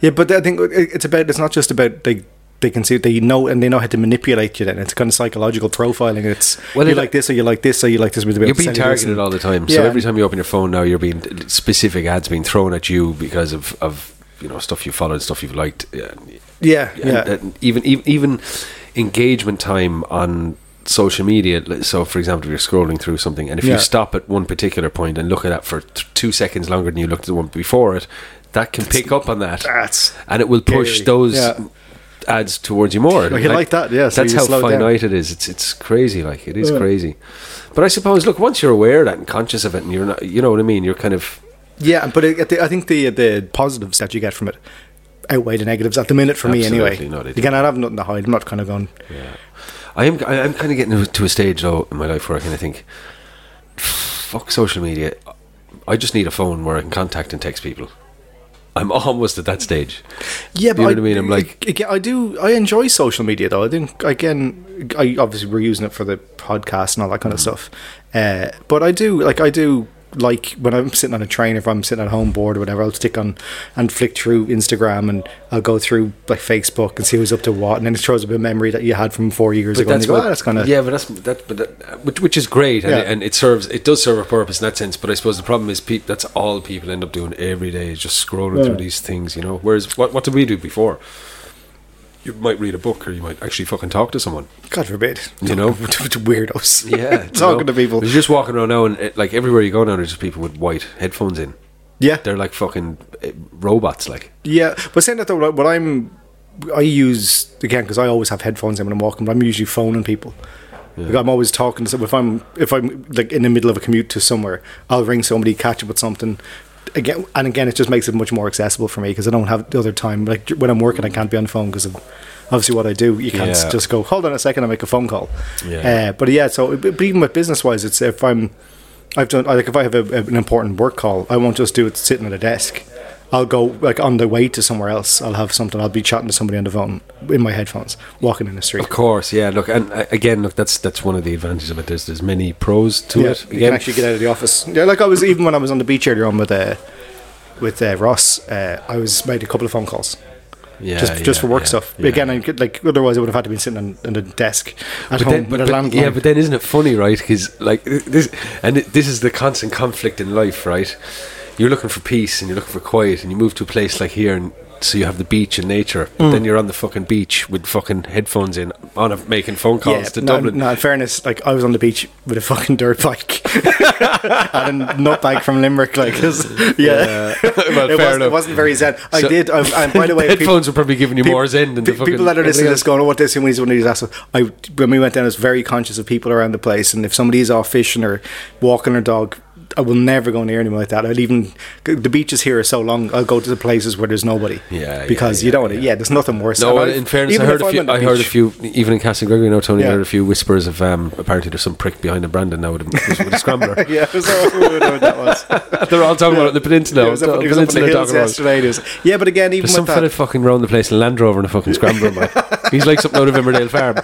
Speaker 2: yeah, but I think it- it's about it's not just about they they can see they know and they know how to manipulate you. Then it's kind of psychological profiling. It's
Speaker 3: Well,
Speaker 2: you
Speaker 3: it-
Speaker 2: like this or you like this or you like this. You're
Speaker 3: You're being targeted all the time. So
Speaker 2: Yeah.
Speaker 3: every time you open your phone now, you're being specific ads being thrown at you because of of you know stuff you followed, stuff you've liked. Yeah,
Speaker 2: Yeah,
Speaker 3: And-
Speaker 2: yeah,
Speaker 3: and even even even engagement time on social media. like, So for example, if you're scrolling through something, and if
Speaker 2: Yeah.
Speaker 3: you stop at one particular point and look at that for th- two seconds longer than you looked at the one before it, that can pick up on that,
Speaker 2: that's
Speaker 3: and it will push
Speaker 2: scary.
Speaker 3: those.
Speaker 2: Yeah.
Speaker 3: Ads towards you more.
Speaker 2: Like, you like that, yeah, so
Speaker 3: that's
Speaker 2: you
Speaker 3: how
Speaker 2: slow down.
Speaker 3: finite it is. It's it's crazy. Like it is
Speaker 2: Yeah.
Speaker 3: crazy. But I suppose, look, once you're aware of that and conscious of it, and you're not, you know what I mean. You're kind of
Speaker 2: yeah. But it, I think the the positives that you get from it outweigh the negatives at the minute for me anyway.
Speaker 3: Absolutely, no, they do.
Speaker 2: Again, I have nothing to hide. I'm not kind of going.
Speaker 3: I am. I am kind of getting to a stage though in my life where I kind of think, fuck social media. I just need a phone where I can contact and text people. I'm almost at that stage.
Speaker 2: Yeah,
Speaker 3: Do you know what I mean? I'm like-
Speaker 2: again, I do. I enjoy social media though. I think again, I obviously we're using it for the podcast and all that kind
Speaker 3: Mm.
Speaker 2: of stuff. Uh, but I do like I do like when I'm sitting on a train, if I'm sitting at home bored or whatever, I'll stick on and flick through Instagram and I'll go through like Facebook and see who's up to what, and then it shows up a memory that you had from four years ago. and you go, "Ah, that's kind of
Speaker 3: yeah, but that's that, but that, which, which is great, and,
Speaker 2: Yeah.
Speaker 3: it, and it serves it does serve a purpose in that sense. But I suppose the problem is, peop that's all people end up doing every day is just scrolling through these things, you know. Whereas, what what did we do before? You might read a book, or you might actually fucking talk to someone.
Speaker 2: God forbid,
Speaker 3: You know?
Speaker 2: to weirdos.
Speaker 3: Yeah,
Speaker 2: talking to people.
Speaker 3: You're just walking around now, and it, like everywhere you go now, there's just people with white headphones in.
Speaker 2: Yeah,
Speaker 3: They're like fucking eh, robots. Like
Speaker 2: Yeah, but saying that though, like, what I'm, I use again because I always have headphones in when I'm walking, but I'm usually phoning people. Like, I'm always talking to someone. If I'm if I'm like in the middle of a commute to somewhere, I'll ring somebody, catch up with something. Again, and again, it just makes it much more accessible for me because I don't have the other time. Like dur- when I'm working, I can't be on the phone because of obviously what I do. You can't
Speaker 3: Yeah.
Speaker 2: just go hold on a second, I make a phone call.
Speaker 3: Yeah.
Speaker 2: Uh, but yeah, so but but even with business wise, it's if I'm I've done like if I have a, an important work call, I won't just do it sitting at a desk. I'll go like on the way to somewhere else. I'll have something. I'll be chatting to somebody on the phone in my headphones, walking in the street.
Speaker 3: Of course, yeah. Look, and uh, again, look, that's that's one of the advantages of it. There's there's many pros to
Speaker 2: Yeah,
Speaker 3: it.
Speaker 2: you can
Speaker 3: Again,
Speaker 2: actually get out of the office. Yeah, like I was even when I was on the beach earlier on with uh, with uh, Ross, uh, I was made a couple of phone calls
Speaker 3: yeah,
Speaker 2: just just
Speaker 3: yeah,
Speaker 2: for work
Speaker 3: yeah,
Speaker 2: stuff.
Speaker 3: yeah.
Speaker 2: Again, I could, like otherwise I would have had to be sitting on, on the desk at
Speaker 3: But
Speaker 2: home
Speaker 3: then, but,
Speaker 2: with a
Speaker 3: but-
Speaker 2: landline.
Speaker 3: yeah, but then isn't it funny, right? Because like this, and it- this is the constant conflict in life, right? You're looking for peace and you're looking for quiet, and you move to a place like here, and so you have the beach and nature.
Speaker 2: Mm.
Speaker 3: But then you're on the fucking beach with fucking headphones in, on a, making phone calls to
Speaker 2: no,
Speaker 3: Dublin.
Speaker 2: No, in fairness, like I was on the beach with a fucking dirt bike and a nut bike from Limerick. Like, 'cause- yeah,
Speaker 3: Well,
Speaker 2: it,
Speaker 3: fair
Speaker 2: wasn't, it
Speaker 3: enough.
Speaker 2: wasn't very zen. I
Speaker 3: So-
Speaker 2: did. I, and by the way, people,
Speaker 3: headphones are probably giving you
Speaker 2: peop-
Speaker 3: more zen than
Speaker 2: pe-
Speaker 3: the fucking
Speaker 2: people that are listening
Speaker 3: everything
Speaker 2: to
Speaker 3: else.
Speaker 2: this going, "Oh, what this and when he's one of these assholes." I when we went down, I was very conscious of people around the place, and if somebody is off fishing or walking their dog. I will never go near anyone like that. I'd even the beaches here are so long. I'll go to the places where there's nobody.
Speaker 3: Yeah, yeah,
Speaker 2: because you
Speaker 3: yeah,
Speaker 2: don't. want to
Speaker 3: yeah.
Speaker 2: Yeah, there's nothing worse.
Speaker 3: No,
Speaker 2: And
Speaker 3: well,
Speaker 2: I've-
Speaker 3: in fairness, I
Speaker 2: even
Speaker 3: heard
Speaker 2: if
Speaker 3: a
Speaker 2: I'm
Speaker 3: few.
Speaker 2: on the
Speaker 3: I heard a
Speaker 2: beach-
Speaker 3: few. Even in Castle Gregory, now Tony, I
Speaker 2: Yeah.
Speaker 3: heard a few whispers of. Um, apparently, there's some prick behind a Brandon now with a, with a scrambler.
Speaker 2: Yeah, so I don't know what that was.
Speaker 3: They're all talking about it on the peninsula.
Speaker 2: Yeah, it was up,
Speaker 3: The
Speaker 2: it was up in the
Speaker 3: peninsula
Speaker 2: hills
Speaker 3: talking about it.
Speaker 2: yesterday. and it was- yeah, but again, even
Speaker 3: There's some
Speaker 2: with
Speaker 3: fella
Speaker 2: that,
Speaker 3: fucking round the place in a Land Rover and a fucking scrambler. man. He's like something out of Emmerdale Farm.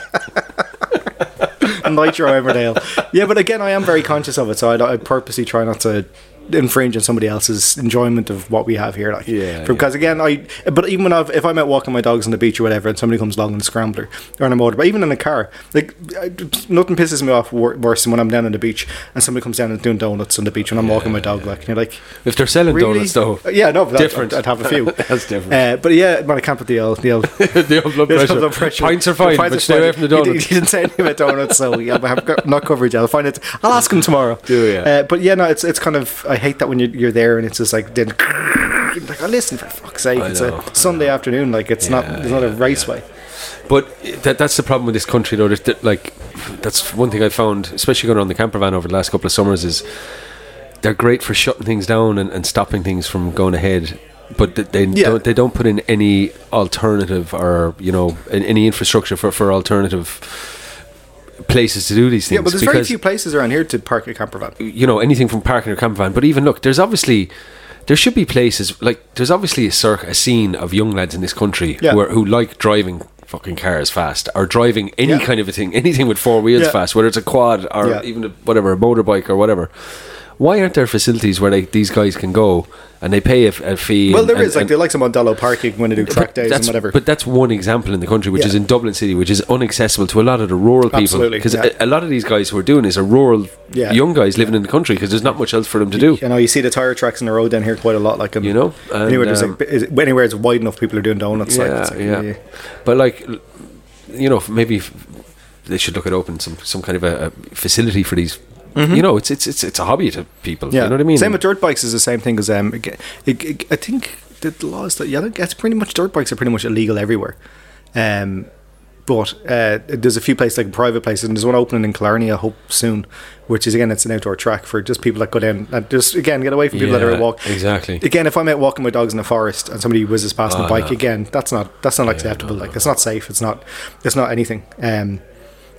Speaker 2: Nitro Everdale. Yeah, but again, I am very conscious of it, so I, I purposely try not to infringe on somebody else's enjoyment of what we have here. Like,
Speaker 3: Yeah,
Speaker 2: because again, I. But even when I've, if I'm out walking my dogs on the beach or whatever, and somebody comes along in a scrambler or on a motorbike, even in a car, like I, nothing pisses me off wor- worse than when I'm down on the beach and somebody comes down and doing donuts on the beach when I'm walking my dog. Like, and you're like.
Speaker 3: If they're selling
Speaker 2: Really?
Speaker 3: donuts, though,
Speaker 2: Uh, Yeah, no, but I'd-
Speaker 3: Different.
Speaker 2: I'd, have a few.
Speaker 3: That's different.
Speaker 2: Uh, but yeah, man, I can't put the old, the old
Speaker 3: the old blood
Speaker 2: There's
Speaker 3: pressure.
Speaker 2: no blood pressure.
Speaker 3: Pints are
Speaker 2: The
Speaker 3: fine,
Speaker 2: pints
Speaker 3: but
Speaker 2: are
Speaker 3: stay
Speaker 2: fine.
Speaker 3: away from the
Speaker 2: He didn't-
Speaker 3: donuts.
Speaker 2: He, didn't say anything about donuts, so yeah, I have got, not coverage. I'll find it. I'll ask him tomorrow.
Speaker 3: Do ya?
Speaker 2: Uh, but yeah, no, it's it's kind of I hate that when you're, you're there and it's just like then like I listen for fuck's sake.
Speaker 3: I
Speaker 2: It's
Speaker 3: know, I
Speaker 2: a Sunday afternoon. Like it's not
Speaker 3: Yeah,
Speaker 2: it's not a raceway.
Speaker 3: But that, that's the problem with this country, though. That, that, like, that's one thing I found, especially going around the camper van over the last couple of summers, is they're great for shutting things down and, and stopping things from going ahead. But th- they
Speaker 2: Yeah.
Speaker 3: don't they don't put in any alternative or you know an- any infrastructure for, for alternative places to do these things.
Speaker 2: Yeah, but there's very
Speaker 3: because-
Speaker 2: few places around here to park a camper van.
Speaker 3: you know anything from parking or camper van. But even look, there's obviously there should be places like there's obviously a, cir- a scene of young lads in this country
Speaker 2: Yeah.
Speaker 3: who, are, who like driving fucking cars fast or driving any
Speaker 2: Yeah.
Speaker 3: kind of a thing, anything with four wheels
Speaker 2: Yeah.
Speaker 3: fast, whether it's a quad or
Speaker 2: Yeah.
Speaker 3: even a, whatever, a motorbike or whatever. Why aren't there facilities where like these guys can go and they pay a, f- a fee?
Speaker 2: Well,
Speaker 3: and-
Speaker 2: there is
Speaker 3: and-
Speaker 2: like
Speaker 3: and-
Speaker 2: they like some Mondello Park. You can go in and do track
Speaker 3: but
Speaker 2: days and
Speaker 3: that's-
Speaker 2: whatever.
Speaker 3: But that's one example in the country, which
Speaker 2: Yeah.
Speaker 3: is in Dublin City, which is unaccessible to a lot of the rural people.
Speaker 2: Absolutely,
Speaker 3: because
Speaker 2: yeah.
Speaker 3: a, a lot of these guys who are doing this are rural
Speaker 2: Yeah.
Speaker 3: young guys living in the country because there's not much else for them to do.
Speaker 2: you know, you see the tire tracks in the road down here quite a lot. Like, and
Speaker 3: You know, and,
Speaker 2: anywhere, there's
Speaker 3: um,
Speaker 2: like, is, anywhere it's wide enough, people are doing donuts. like, it's like,
Speaker 3: But like, l- you know, f- maybe f- they should look at open some some kind of a, a facility for these. You know, it's it's it's it's a hobby to people.
Speaker 2: Mm-hmm. Yeah,
Speaker 3: You know what I mean?
Speaker 2: Same with dirt bikes is the same thing as um, it, ge- it, it, I think the laws that yeah, that's pretty much dirt bikes are pretty much illegal everywhere. Um, but uh, there's a few places like private places, and there's one opening in Killarney, I hope soon, which is again it's an outdoor track for just people that go down and just again get away from people that are
Speaker 3: Yeah,
Speaker 2: out walk.
Speaker 3: exactly.
Speaker 2: Again, if I'm out walking my dogs in the forest and somebody whizzes past on
Speaker 3: Oh,
Speaker 2: a bike,
Speaker 3: no.
Speaker 2: again that's not that's not acceptable. like it's not safe. It's not it's not anything. Um,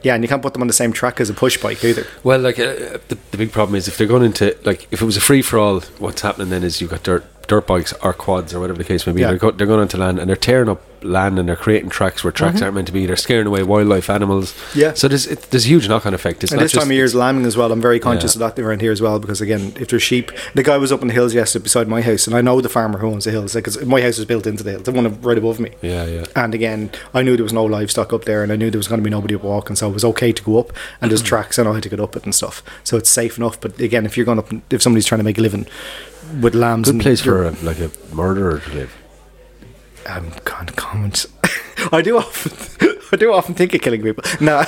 Speaker 2: yeah, and you can't put them on the same track as a push bike either.
Speaker 3: Well, like uh, the, the big problem is if they're going into like if it was a free for all, what's happening then is you've got dirt dirt bikes or quads or whatever the case may be.
Speaker 2: Yeah.
Speaker 3: They're, go- they're going onto land and they're tearing up land and they're creating tracks where tracks aren't meant to be. They're scaring away wildlife, animals.
Speaker 2: Yeah.
Speaker 3: So there's it, there's huge knock on effect. It's
Speaker 2: And
Speaker 3: not
Speaker 2: this
Speaker 3: just,
Speaker 2: time of year is lambing as well. I'm very conscious
Speaker 3: Yeah.
Speaker 2: of that around here as well because again, if there's sheep, the guy was up in the hills yesterday beside my house, and I know the farmer who owns the hills. Like 'cause my house is built into the hill, the one right above me.
Speaker 3: Yeah, yeah.
Speaker 2: And again, I knew there was no livestock up there, and I knew there was going to be nobody up walking, so it was okay to go up. And
Speaker 3: Mm.
Speaker 2: there's tracks, and I had to get up it and stuff, so it's safe enough. But again, if you're going up, if somebody's trying to make a living with lambs,
Speaker 3: Good
Speaker 2: and
Speaker 3: place
Speaker 2: you're-
Speaker 3: for a, like a murderer to live.
Speaker 2: um, can't comment. I do often, I do often think of killing people. No,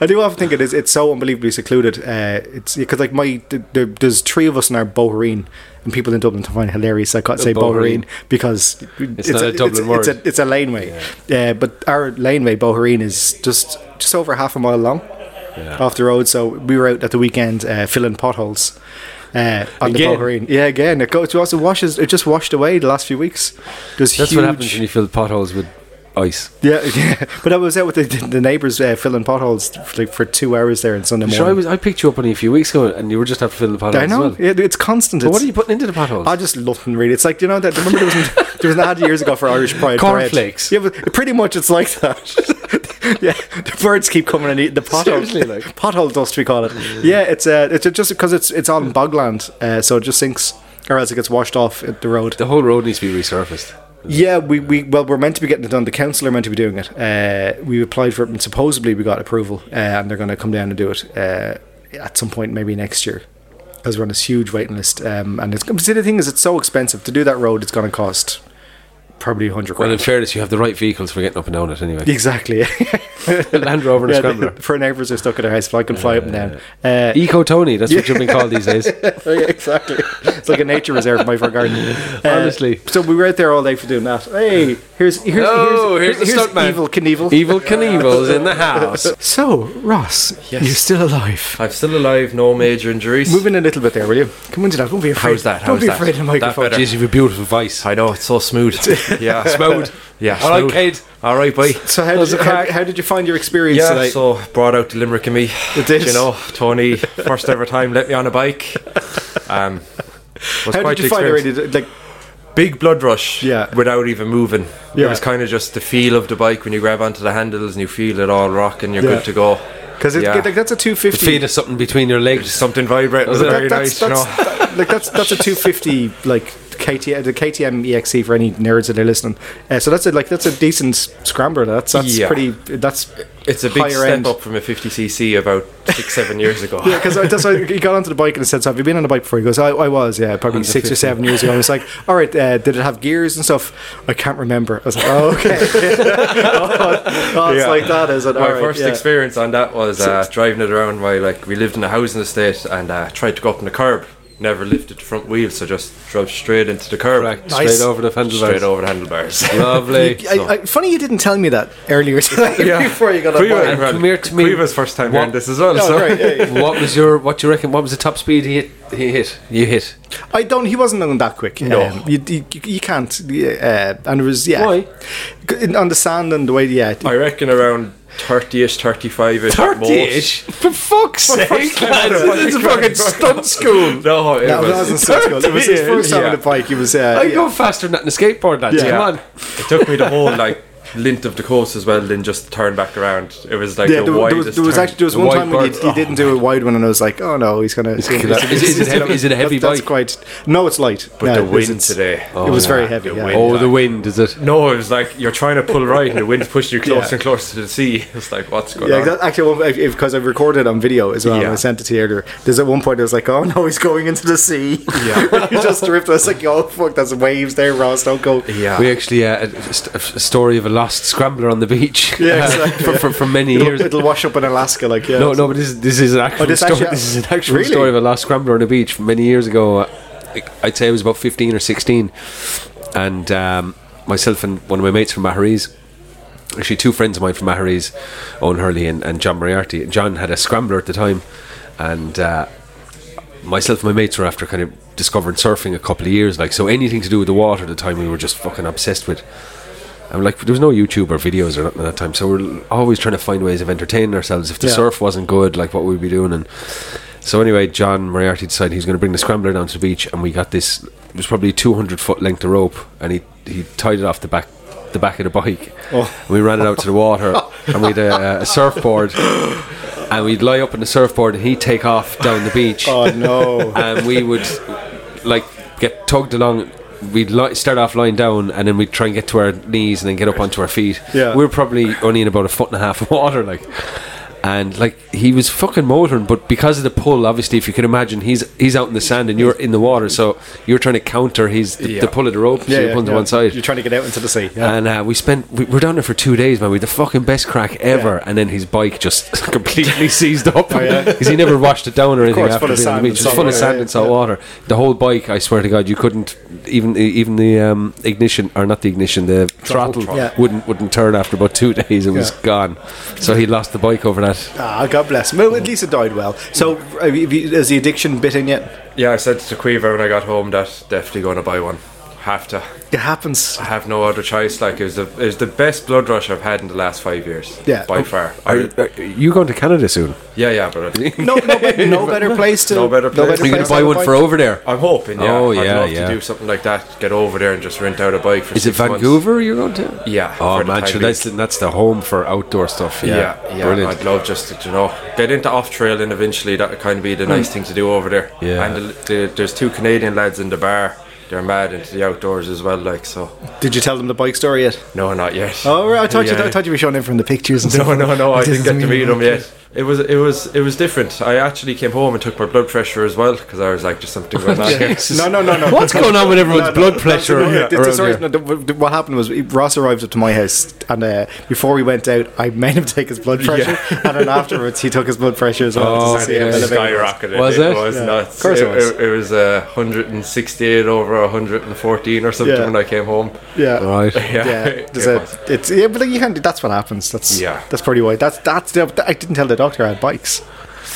Speaker 2: I do often think it is. It's so unbelievably secluded. Uh, it's because like my th- there, there's three of us in our Bohereen, and people in Dublin find it hilarious. I can't say
Speaker 3: Bohereen.
Speaker 2: Bohereen because
Speaker 3: It's not a Dublin
Speaker 2: it's,
Speaker 3: word.
Speaker 2: It's a, it's a laneway, uh, but our laneway Bohereen is just just over half a mile long off the road. So we were out at the weekend uh, filling potholes. Uh, on
Speaker 3: Again.
Speaker 2: the Bohereen. Yeah, again. It goes it also washes it just washed away the last few weeks. There's
Speaker 3: That's
Speaker 2: huge,
Speaker 3: what happens when you fill potholes with ice.
Speaker 2: yeah, yeah. But I was out with the, the neighbours uh, filling potholes f- like for two hours there on Sunday morning.
Speaker 3: Sure, I was I picked you up only a few weeks ago, and you were just after filling the potholes.
Speaker 2: I know.
Speaker 3: As well.
Speaker 2: It- it's constant.
Speaker 3: But
Speaker 2: It's,
Speaker 3: what are you putting into the potholes?
Speaker 2: I just love them really. It's like you know that. Remember there was an, there was an ad years ago for Irish Pride bread.
Speaker 3: Cornflakes.
Speaker 2: Yeah, but pretty much it's like that. yeah, the birds keep coming and eating the pothole.
Speaker 3: Seriously, like.
Speaker 2: pothole dust we call it. Yeah, it's uh, it's just because it's it's on bogland, uh, so it just sinks. Or else it gets washed off at the road.
Speaker 3: the whole road needs to be resurfaced.
Speaker 2: Yeah, we, we well, we're meant to be getting it done. The council are meant to be doing it. Uh, we applied for it, and supposedly we got approval, uh, and they're going to come down and do it uh, at some point, maybe next year, because we're on this huge waiting list. Um, and it's see the thing is, it's so expensive to do that road. It's going to cost probably a hundred
Speaker 3: Well,
Speaker 2: grand.
Speaker 3: in fairness, you have the right vehicles for getting up and down it anyway.
Speaker 2: exactly.
Speaker 3: A Land Rover and a
Speaker 2: yeah,
Speaker 3: Scrambler.
Speaker 2: for neighbours are stuck in their house, but I can fly up and down. Uh,
Speaker 3: Eco Tony, that's what you've been called these days.
Speaker 2: yeah, exactly. It's like a nature reserve in my front garden. Uh,
Speaker 3: Honestly.
Speaker 2: so we were out there all day for doing that. Hey, here's here's
Speaker 3: Oh,
Speaker 2: here's,
Speaker 3: here's the stuntman. E-
Speaker 2: evil Knievel.
Speaker 3: Evil Knievel's in the house.
Speaker 2: So, Ross,
Speaker 5: Yes.
Speaker 2: you're still alive.
Speaker 5: I'm still alive, no major injuries.
Speaker 2: Moving a little bit there, will you? Come on, that. Don't be afraid.
Speaker 5: How's that?
Speaker 2: Don't
Speaker 5: How's
Speaker 2: be
Speaker 5: that?
Speaker 2: afraid of the
Speaker 5: That
Speaker 2: microphone.
Speaker 5: better?
Speaker 3: Jeez, you've a beautiful voice.
Speaker 5: I know, it's so smooth. yeah,
Speaker 3: Smooth.
Speaker 5: Yeah,
Speaker 3: All right,
Speaker 5: smooth.
Speaker 3: Kate.
Speaker 5: All right, bye.
Speaker 2: So, how
Speaker 3: How's
Speaker 2: did,
Speaker 3: the
Speaker 2: how,
Speaker 3: crack?
Speaker 2: how did you find your experience
Speaker 5: Yeah,
Speaker 2: tonight?
Speaker 5: so brought out the Limerick in me.
Speaker 2: It did.
Speaker 5: You know, Tony, first ever time, let me on a bike. Um, was
Speaker 2: how
Speaker 5: quite
Speaker 2: did
Speaker 5: the
Speaker 2: you find it?
Speaker 5: experience.
Speaker 2: Really? Did- Like,
Speaker 5: Big blood rush.
Speaker 2: Yeah.
Speaker 5: Without even moving.
Speaker 2: Yeah.
Speaker 5: It was kind of just the feel of the bike when you grab onto the handles and you feel it all rock and you're
Speaker 2: Yeah.
Speaker 5: good to go.
Speaker 2: because
Speaker 5: Yeah.
Speaker 2: like, that's a
Speaker 3: The
Speaker 2: 250.
Speaker 3: feet of something between your legs.
Speaker 5: Something vibrating was
Speaker 2: That-
Speaker 5: very
Speaker 2: that's,
Speaker 5: nice, you
Speaker 2: that's,
Speaker 5: know.
Speaker 2: that- like that's that's a 250 like KTM the KTM EXC E for any nerds that are listening. Uh, so that's a, like that's a decent scrambler. That's that's
Speaker 5: Yeah.
Speaker 2: pretty. That's
Speaker 5: It's a big
Speaker 2: higher
Speaker 5: step
Speaker 2: end.
Speaker 5: up from a 50cc about six, seven years ago.
Speaker 2: Yeah, because that's why he got onto the bike and said, "So have you been on a bike before?" He goes, "I, I was, yeah, probably six or seven years ago." I was like, "All right, uh, did it have gears and stuff?" I can't remember. I was like, "Oh, okay." oh, oh, it's
Speaker 5: Yeah.
Speaker 2: like that, is it?
Speaker 5: my
Speaker 2: All right,
Speaker 5: first
Speaker 2: yeah.
Speaker 5: experience on that was uh, driving it around my like we lived in a housing estate and uh, tried to go up on the curb. Never lifted the front wheel, so just drove straight into the curb,
Speaker 3: Correct.
Speaker 2: Nice.
Speaker 3: Straight over the handlebars.
Speaker 5: straight over the handlebars.
Speaker 3: Lovely.
Speaker 2: I, I, funny you didn't tell me that earlier today before you got on
Speaker 5: Cueva-
Speaker 2: bike.
Speaker 3: And come here to me.
Speaker 5: Cueva's first time
Speaker 3: What-
Speaker 5: hearing this as well.
Speaker 2: Oh,
Speaker 5: so
Speaker 2: right, yeah, yeah.
Speaker 3: what was your? What do you reckon? What was the top speed he hit? He hit. You hit.
Speaker 2: I don't. He wasn't on that quick.
Speaker 5: No.
Speaker 2: Um, you, you, you can't. yeah, Uh, and it was yeah.
Speaker 3: Why?
Speaker 2: G- On the sand and the way. Yeah.
Speaker 5: I reckon around thirty-ish, thirty-five-ish.
Speaker 3: Thirty-ish. For fuck's sake! lads, This is fucking stunt school.
Speaker 5: No, it
Speaker 2: That
Speaker 5: was.
Speaker 2: wasn't so cool. It was his first time on
Speaker 5: Yeah.
Speaker 2: the bike. He was. Uh,
Speaker 3: I
Speaker 2: yeah.
Speaker 3: go faster than that in a skateboard, lads.
Speaker 2: Yeah.
Speaker 3: Come on.
Speaker 5: It took me the whole like length of the course as well, then just turn back around. It was like
Speaker 2: Yeah,
Speaker 5: the
Speaker 2: there, wa- there was,
Speaker 5: widest.
Speaker 2: there was
Speaker 5: turn.
Speaker 2: actually there was
Speaker 5: The
Speaker 2: one
Speaker 5: wide
Speaker 2: time when he,
Speaker 5: berth.
Speaker 2: he didn't do a wide one, and I was like, "Oh no, he's gonna." He's gonna
Speaker 3: gonna- is- is it heavy- is it a heavy
Speaker 2: that, That's
Speaker 3: bike?
Speaker 2: quite. No, it's light.
Speaker 5: But
Speaker 2: No,
Speaker 5: the
Speaker 2: it is-
Speaker 5: wind
Speaker 2: it's-
Speaker 5: today.
Speaker 2: it was
Speaker 5: Oh,
Speaker 2: very
Speaker 5: yeah,
Speaker 2: heavy.
Speaker 5: the
Speaker 2: yeah.
Speaker 5: wind.
Speaker 3: Oh, the wind is it?
Speaker 5: No, it was like you're trying to pull right, and the wind's pushing you closer
Speaker 2: Yeah.
Speaker 5: and closer to the sea. It's like what's going
Speaker 2: Yeah,
Speaker 5: on?
Speaker 2: exactly. actually, well, if- if- because I recorded it on video as well, and I
Speaker 5: Yeah.
Speaker 2: sent it to you earlier. There's at one point I was like, "Oh no, he's going into the sea."
Speaker 5: Yeah.
Speaker 2: he just drift. I was like, "Oh fuck, that's waves there, Ross. Don't go."
Speaker 5: Yeah,
Speaker 3: We actually uh, a, a st- a story of a lost scrambler on the beach.
Speaker 2: Yeah, exactly.
Speaker 3: for, for, for many
Speaker 2: It'll,
Speaker 3: years.
Speaker 2: it'll wash up in Alaska, like yeah. Oh,
Speaker 3: No, no, but this is this is an actual
Speaker 2: this
Speaker 3: story.
Speaker 2: actually-
Speaker 3: this is an actual
Speaker 2: Really?
Speaker 3: story of a lost scrambler on a beach many years ago. I- I'd say I was about fifteen or sixteen, and um, myself and one of my mates from Mahariz. Actually, two friends of mine from Mahariz, Owen Hurley and, and John Moriarty. John had a scrambler at the time, and uh, myself and my mates were after kind of discovering surfing a couple of years. Like, so anything to do with the water at the time, we were just fucking obsessed with. I'm like, there was no YouTube or videos or nothing at that time, so we're l- always trying to find ways of entertaining ourselves. If the
Speaker 2: Yeah.
Speaker 3: surf wasn't good, like what we'd be doing. And so anyway, John Moriarty decided he was going to bring the scrambler down to the beach, and we got this. It was probably 200 foot length of rope, and he he tied it off the back the back of the bike.
Speaker 2: Oh.
Speaker 3: And we ran it out to the water, and we had a, a surfboard, and we'd lie up on the surfboard, and he'd take off down the beach
Speaker 2: Oh no.
Speaker 3: and Um, we would like get tugged along. We'd li- start off lying down, and then we'd try and get to our knees, and then get up onto our feet.
Speaker 2: Yeah.
Speaker 3: we were probably only in about a foot and a half of water, like. And like he was fucking motoring, but because of the pull, obviously, if you can imagine, he's he's out in the sand and you're in the water, so you're trying to counter his the,
Speaker 5: Yeah.
Speaker 3: the pull of the rope, so
Speaker 2: yeah,
Speaker 3: you're
Speaker 2: yeah,
Speaker 3: pulling to
Speaker 2: yeah.
Speaker 3: one side.
Speaker 2: You're trying to get out into the sea. Yeah.
Speaker 3: And uh, we spent we were down there for two days, man. We had the fucking best crack ever, and then his bike just completely seized up
Speaker 2: Oh, yeah.
Speaker 3: because he never washed it down or anything
Speaker 2: course,
Speaker 3: after
Speaker 2: full of
Speaker 3: being on
Speaker 2: sand
Speaker 3: the
Speaker 2: and
Speaker 3: beach. It was
Speaker 2: salt
Speaker 3: full of
Speaker 2: water,
Speaker 3: sand
Speaker 2: yeah,
Speaker 3: and salt
Speaker 2: yeah.
Speaker 3: water. The whole bike, I swear to God, you couldn't even even the um, ignition or not the ignition, the throttle,
Speaker 2: Yeah.
Speaker 3: wouldn't wouldn't turn after about two days. It was
Speaker 2: Yeah.
Speaker 3: gone. So he lost the bike over that.
Speaker 2: Ah, God bless him. Well, at least it died well. So, uh, have you- have you- has the addiction bit in yet?
Speaker 5: yeah. I said to Quiver when I got home that definitely going to buy one. Have to.
Speaker 2: It happens.
Speaker 5: I have no other choice. Like it was the it was the best blood rush I've had in the last five years.
Speaker 2: Yeah. Oh,
Speaker 5: by far.
Speaker 3: Are, are you going to Canada soon?
Speaker 5: yeah, yeah, but I-
Speaker 2: No, no, be- no better place to.
Speaker 5: No better place.
Speaker 3: Are you going
Speaker 5: Yes,
Speaker 3: to buy
Speaker 2: to
Speaker 3: one for over there?
Speaker 5: I'm hoping. Yeah,
Speaker 3: Oh,
Speaker 5: I'd
Speaker 3: yeah,
Speaker 5: love
Speaker 3: yeah.
Speaker 5: to do something like that. Get over there and just rent out a bike for.
Speaker 3: Is it
Speaker 5: six months.
Speaker 3: Vancouver you're going to?
Speaker 5: Yeah,
Speaker 3: Oh
Speaker 5: for the
Speaker 3: man,
Speaker 5: time
Speaker 3: sure, that's
Speaker 5: being.
Speaker 3: that's the home for outdoor stuff. Yeah,
Speaker 5: Yeah, yeah. I'd love just to you know get into off trailing eventually. That would kind of be the
Speaker 2: Mm.
Speaker 5: nice thing to do over there.
Speaker 3: Yeah.
Speaker 5: And the, the, there's two Canadian lads in the bar. They're mad into the outdoors as well. Like so.
Speaker 2: Did you tell them the bike story yet?
Speaker 5: No, not yet.
Speaker 2: Oh, right. I thought you.
Speaker 5: Yeah.
Speaker 2: I thought you were showing him from the pictures and
Speaker 5: No,
Speaker 2: stuff.
Speaker 5: no, no. I
Speaker 2: This
Speaker 5: didn't get
Speaker 2: is
Speaker 5: to
Speaker 2: really
Speaker 5: meet them
Speaker 2: nice.
Speaker 5: yet. It was, it was, it was different. I actually came home and took my blood pressure as well because I was like, just something going on. here.
Speaker 2: No, no, no, no.
Speaker 3: What's going on with everyone's
Speaker 2: No, no,
Speaker 3: blood
Speaker 2: no,
Speaker 3: pressure?
Speaker 2: no, no, no, the- the
Speaker 3: around
Speaker 2: story- no,
Speaker 3: here?
Speaker 2: the- What happened was Ross arrived up to my house, and uh, before we went out, I made him take his blood pressure, and then afterwards he took his blood pressure as well.
Speaker 3: Oh,
Speaker 2: to see
Speaker 5: It
Speaker 2: how
Speaker 5: was
Speaker 2: elevated it was.
Speaker 5: skyrocketed.
Speaker 3: Was it?
Speaker 5: was
Speaker 2: Yeah.
Speaker 5: nuts.
Speaker 2: Of course it was.
Speaker 5: It, was uh, 168 over 114 or something
Speaker 2: Yeah.
Speaker 5: when I came home.
Speaker 2: Yeah.
Speaker 3: Right.
Speaker 5: Yeah.
Speaker 2: Yeah,
Speaker 5: It
Speaker 2: there's a-
Speaker 5: was.
Speaker 2: it's yeah, but like you can. That's what happens. That's
Speaker 5: Yeah.
Speaker 2: That's probably why. That's that's. The, I didn't tell the doctor I had bikes.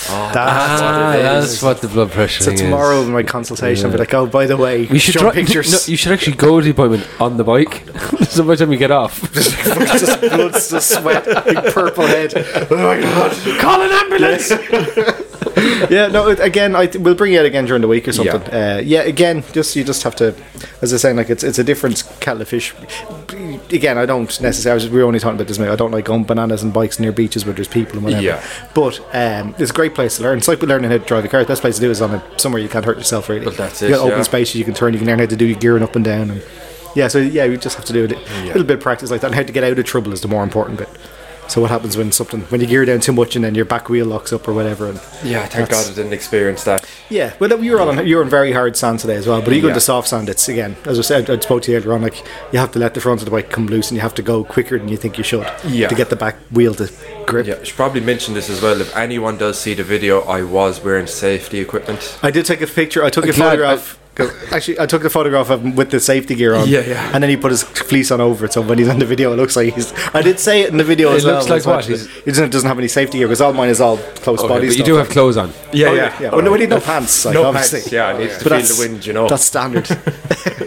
Speaker 2: Oh, that's
Speaker 3: Ah,
Speaker 2: what it is.
Speaker 3: that's what the blood pressure
Speaker 2: So
Speaker 3: thing
Speaker 2: tomorrow
Speaker 3: is.
Speaker 2: in my consultation, I'll be like, oh, by the way,
Speaker 3: You should
Speaker 2: show
Speaker 3: try,
Speaker 2: pictures.
Speaker 3: No, you should actually go to the appointment on the bike. so by the time you get off,
Speaker 2: just blood, just sweat, big purple head. Oh my god.
Speaker 3: call an ambulance.
Speaker 2: yeah, no. it- Again, I th- we'll bring you out again during the week or something. Yeah. Uh, yeah, again, just you just have to, as I was saying, like it's it's a different kettle of fish. Again, I don't necessarily. I was- We were only talking about this. Mate. I don't like going bananas and bikes near beaches where there's people and whatever.
Speaker 5: Yeah.
Speaker 2: But um, it's a great place to learn. It's like learning how to drive a car. The best place to do is on a somewhere you can't hurt yourself really.
Speaker 5: But that's
Speaker 2: you
Speaker 5: it,
Speaker 2: got open
Speaker 5: yeah.
Speaker 2: spaces you can turn. You can learn how to do your gearing up and down. And yeah, so yeah, you just have to do a li- little bit of practice like that. And how to get out of trouble is the more important bit. So what happens when something when you gear down too much and then your back wheel locks up or whatever? And
Speaker 5: Yeah, thank
Speaker 2: That's-
Speaker 5: God I didn't experience that.
Speaker 2: yeah, well, you were on you were on very hard sand today as well. But you go
Speaker 5: Yeah.
Speaker 2: to soft sand, it's again, as I said, I spoke to you earlier on. Like you have to let the front of the bike come loose, and you have to go quicker than you think you should
Speaker 5: Yeah.
Speaker 2: to get the back wheel to grip.
Speaker 5: Yeah, I should probably mention this as well. If anyone does see the video, I was wearing safety equipment.
Speaker 2: I did take a picture. I took a
Speaker 3: glad
Speaker 2: photograph. 'cause Actually, I took the photograph of him with the safety gear on.
Speaker 5: Yeah, yeah.
Speaker 2: And then he put his fleece on over it, so when he's on the video, it looks like he's. I did say it in the video
Speaker 3: It
Speaker 2: as well.
Speaker 3: looks
Speaker 2: when I was
Speaker 3: like what?
Speaker 2: watching It
Speaker 3: He's-
Speaker 2: He doesn't, doesn't have any safety gear because all mine is all close
Speaker 3: Okay,
Speaker 2: body
Speaker 3: but you
Speaker 2: stuff.
Speaker 3: do have clothes on.
Speaker 5: Yeah,
Speaker 2: Oh, yeah. Well, no, we need no pants. Like,
Speaker 5: No
Speaker 2: obviously.
Speaker 5: pants, yeah, it needs to
Speaker 2: But
Speaker 5: feel
Speaker 2: that's-
Speaker 5: the wind, you know.
Speaker 2: That's standard.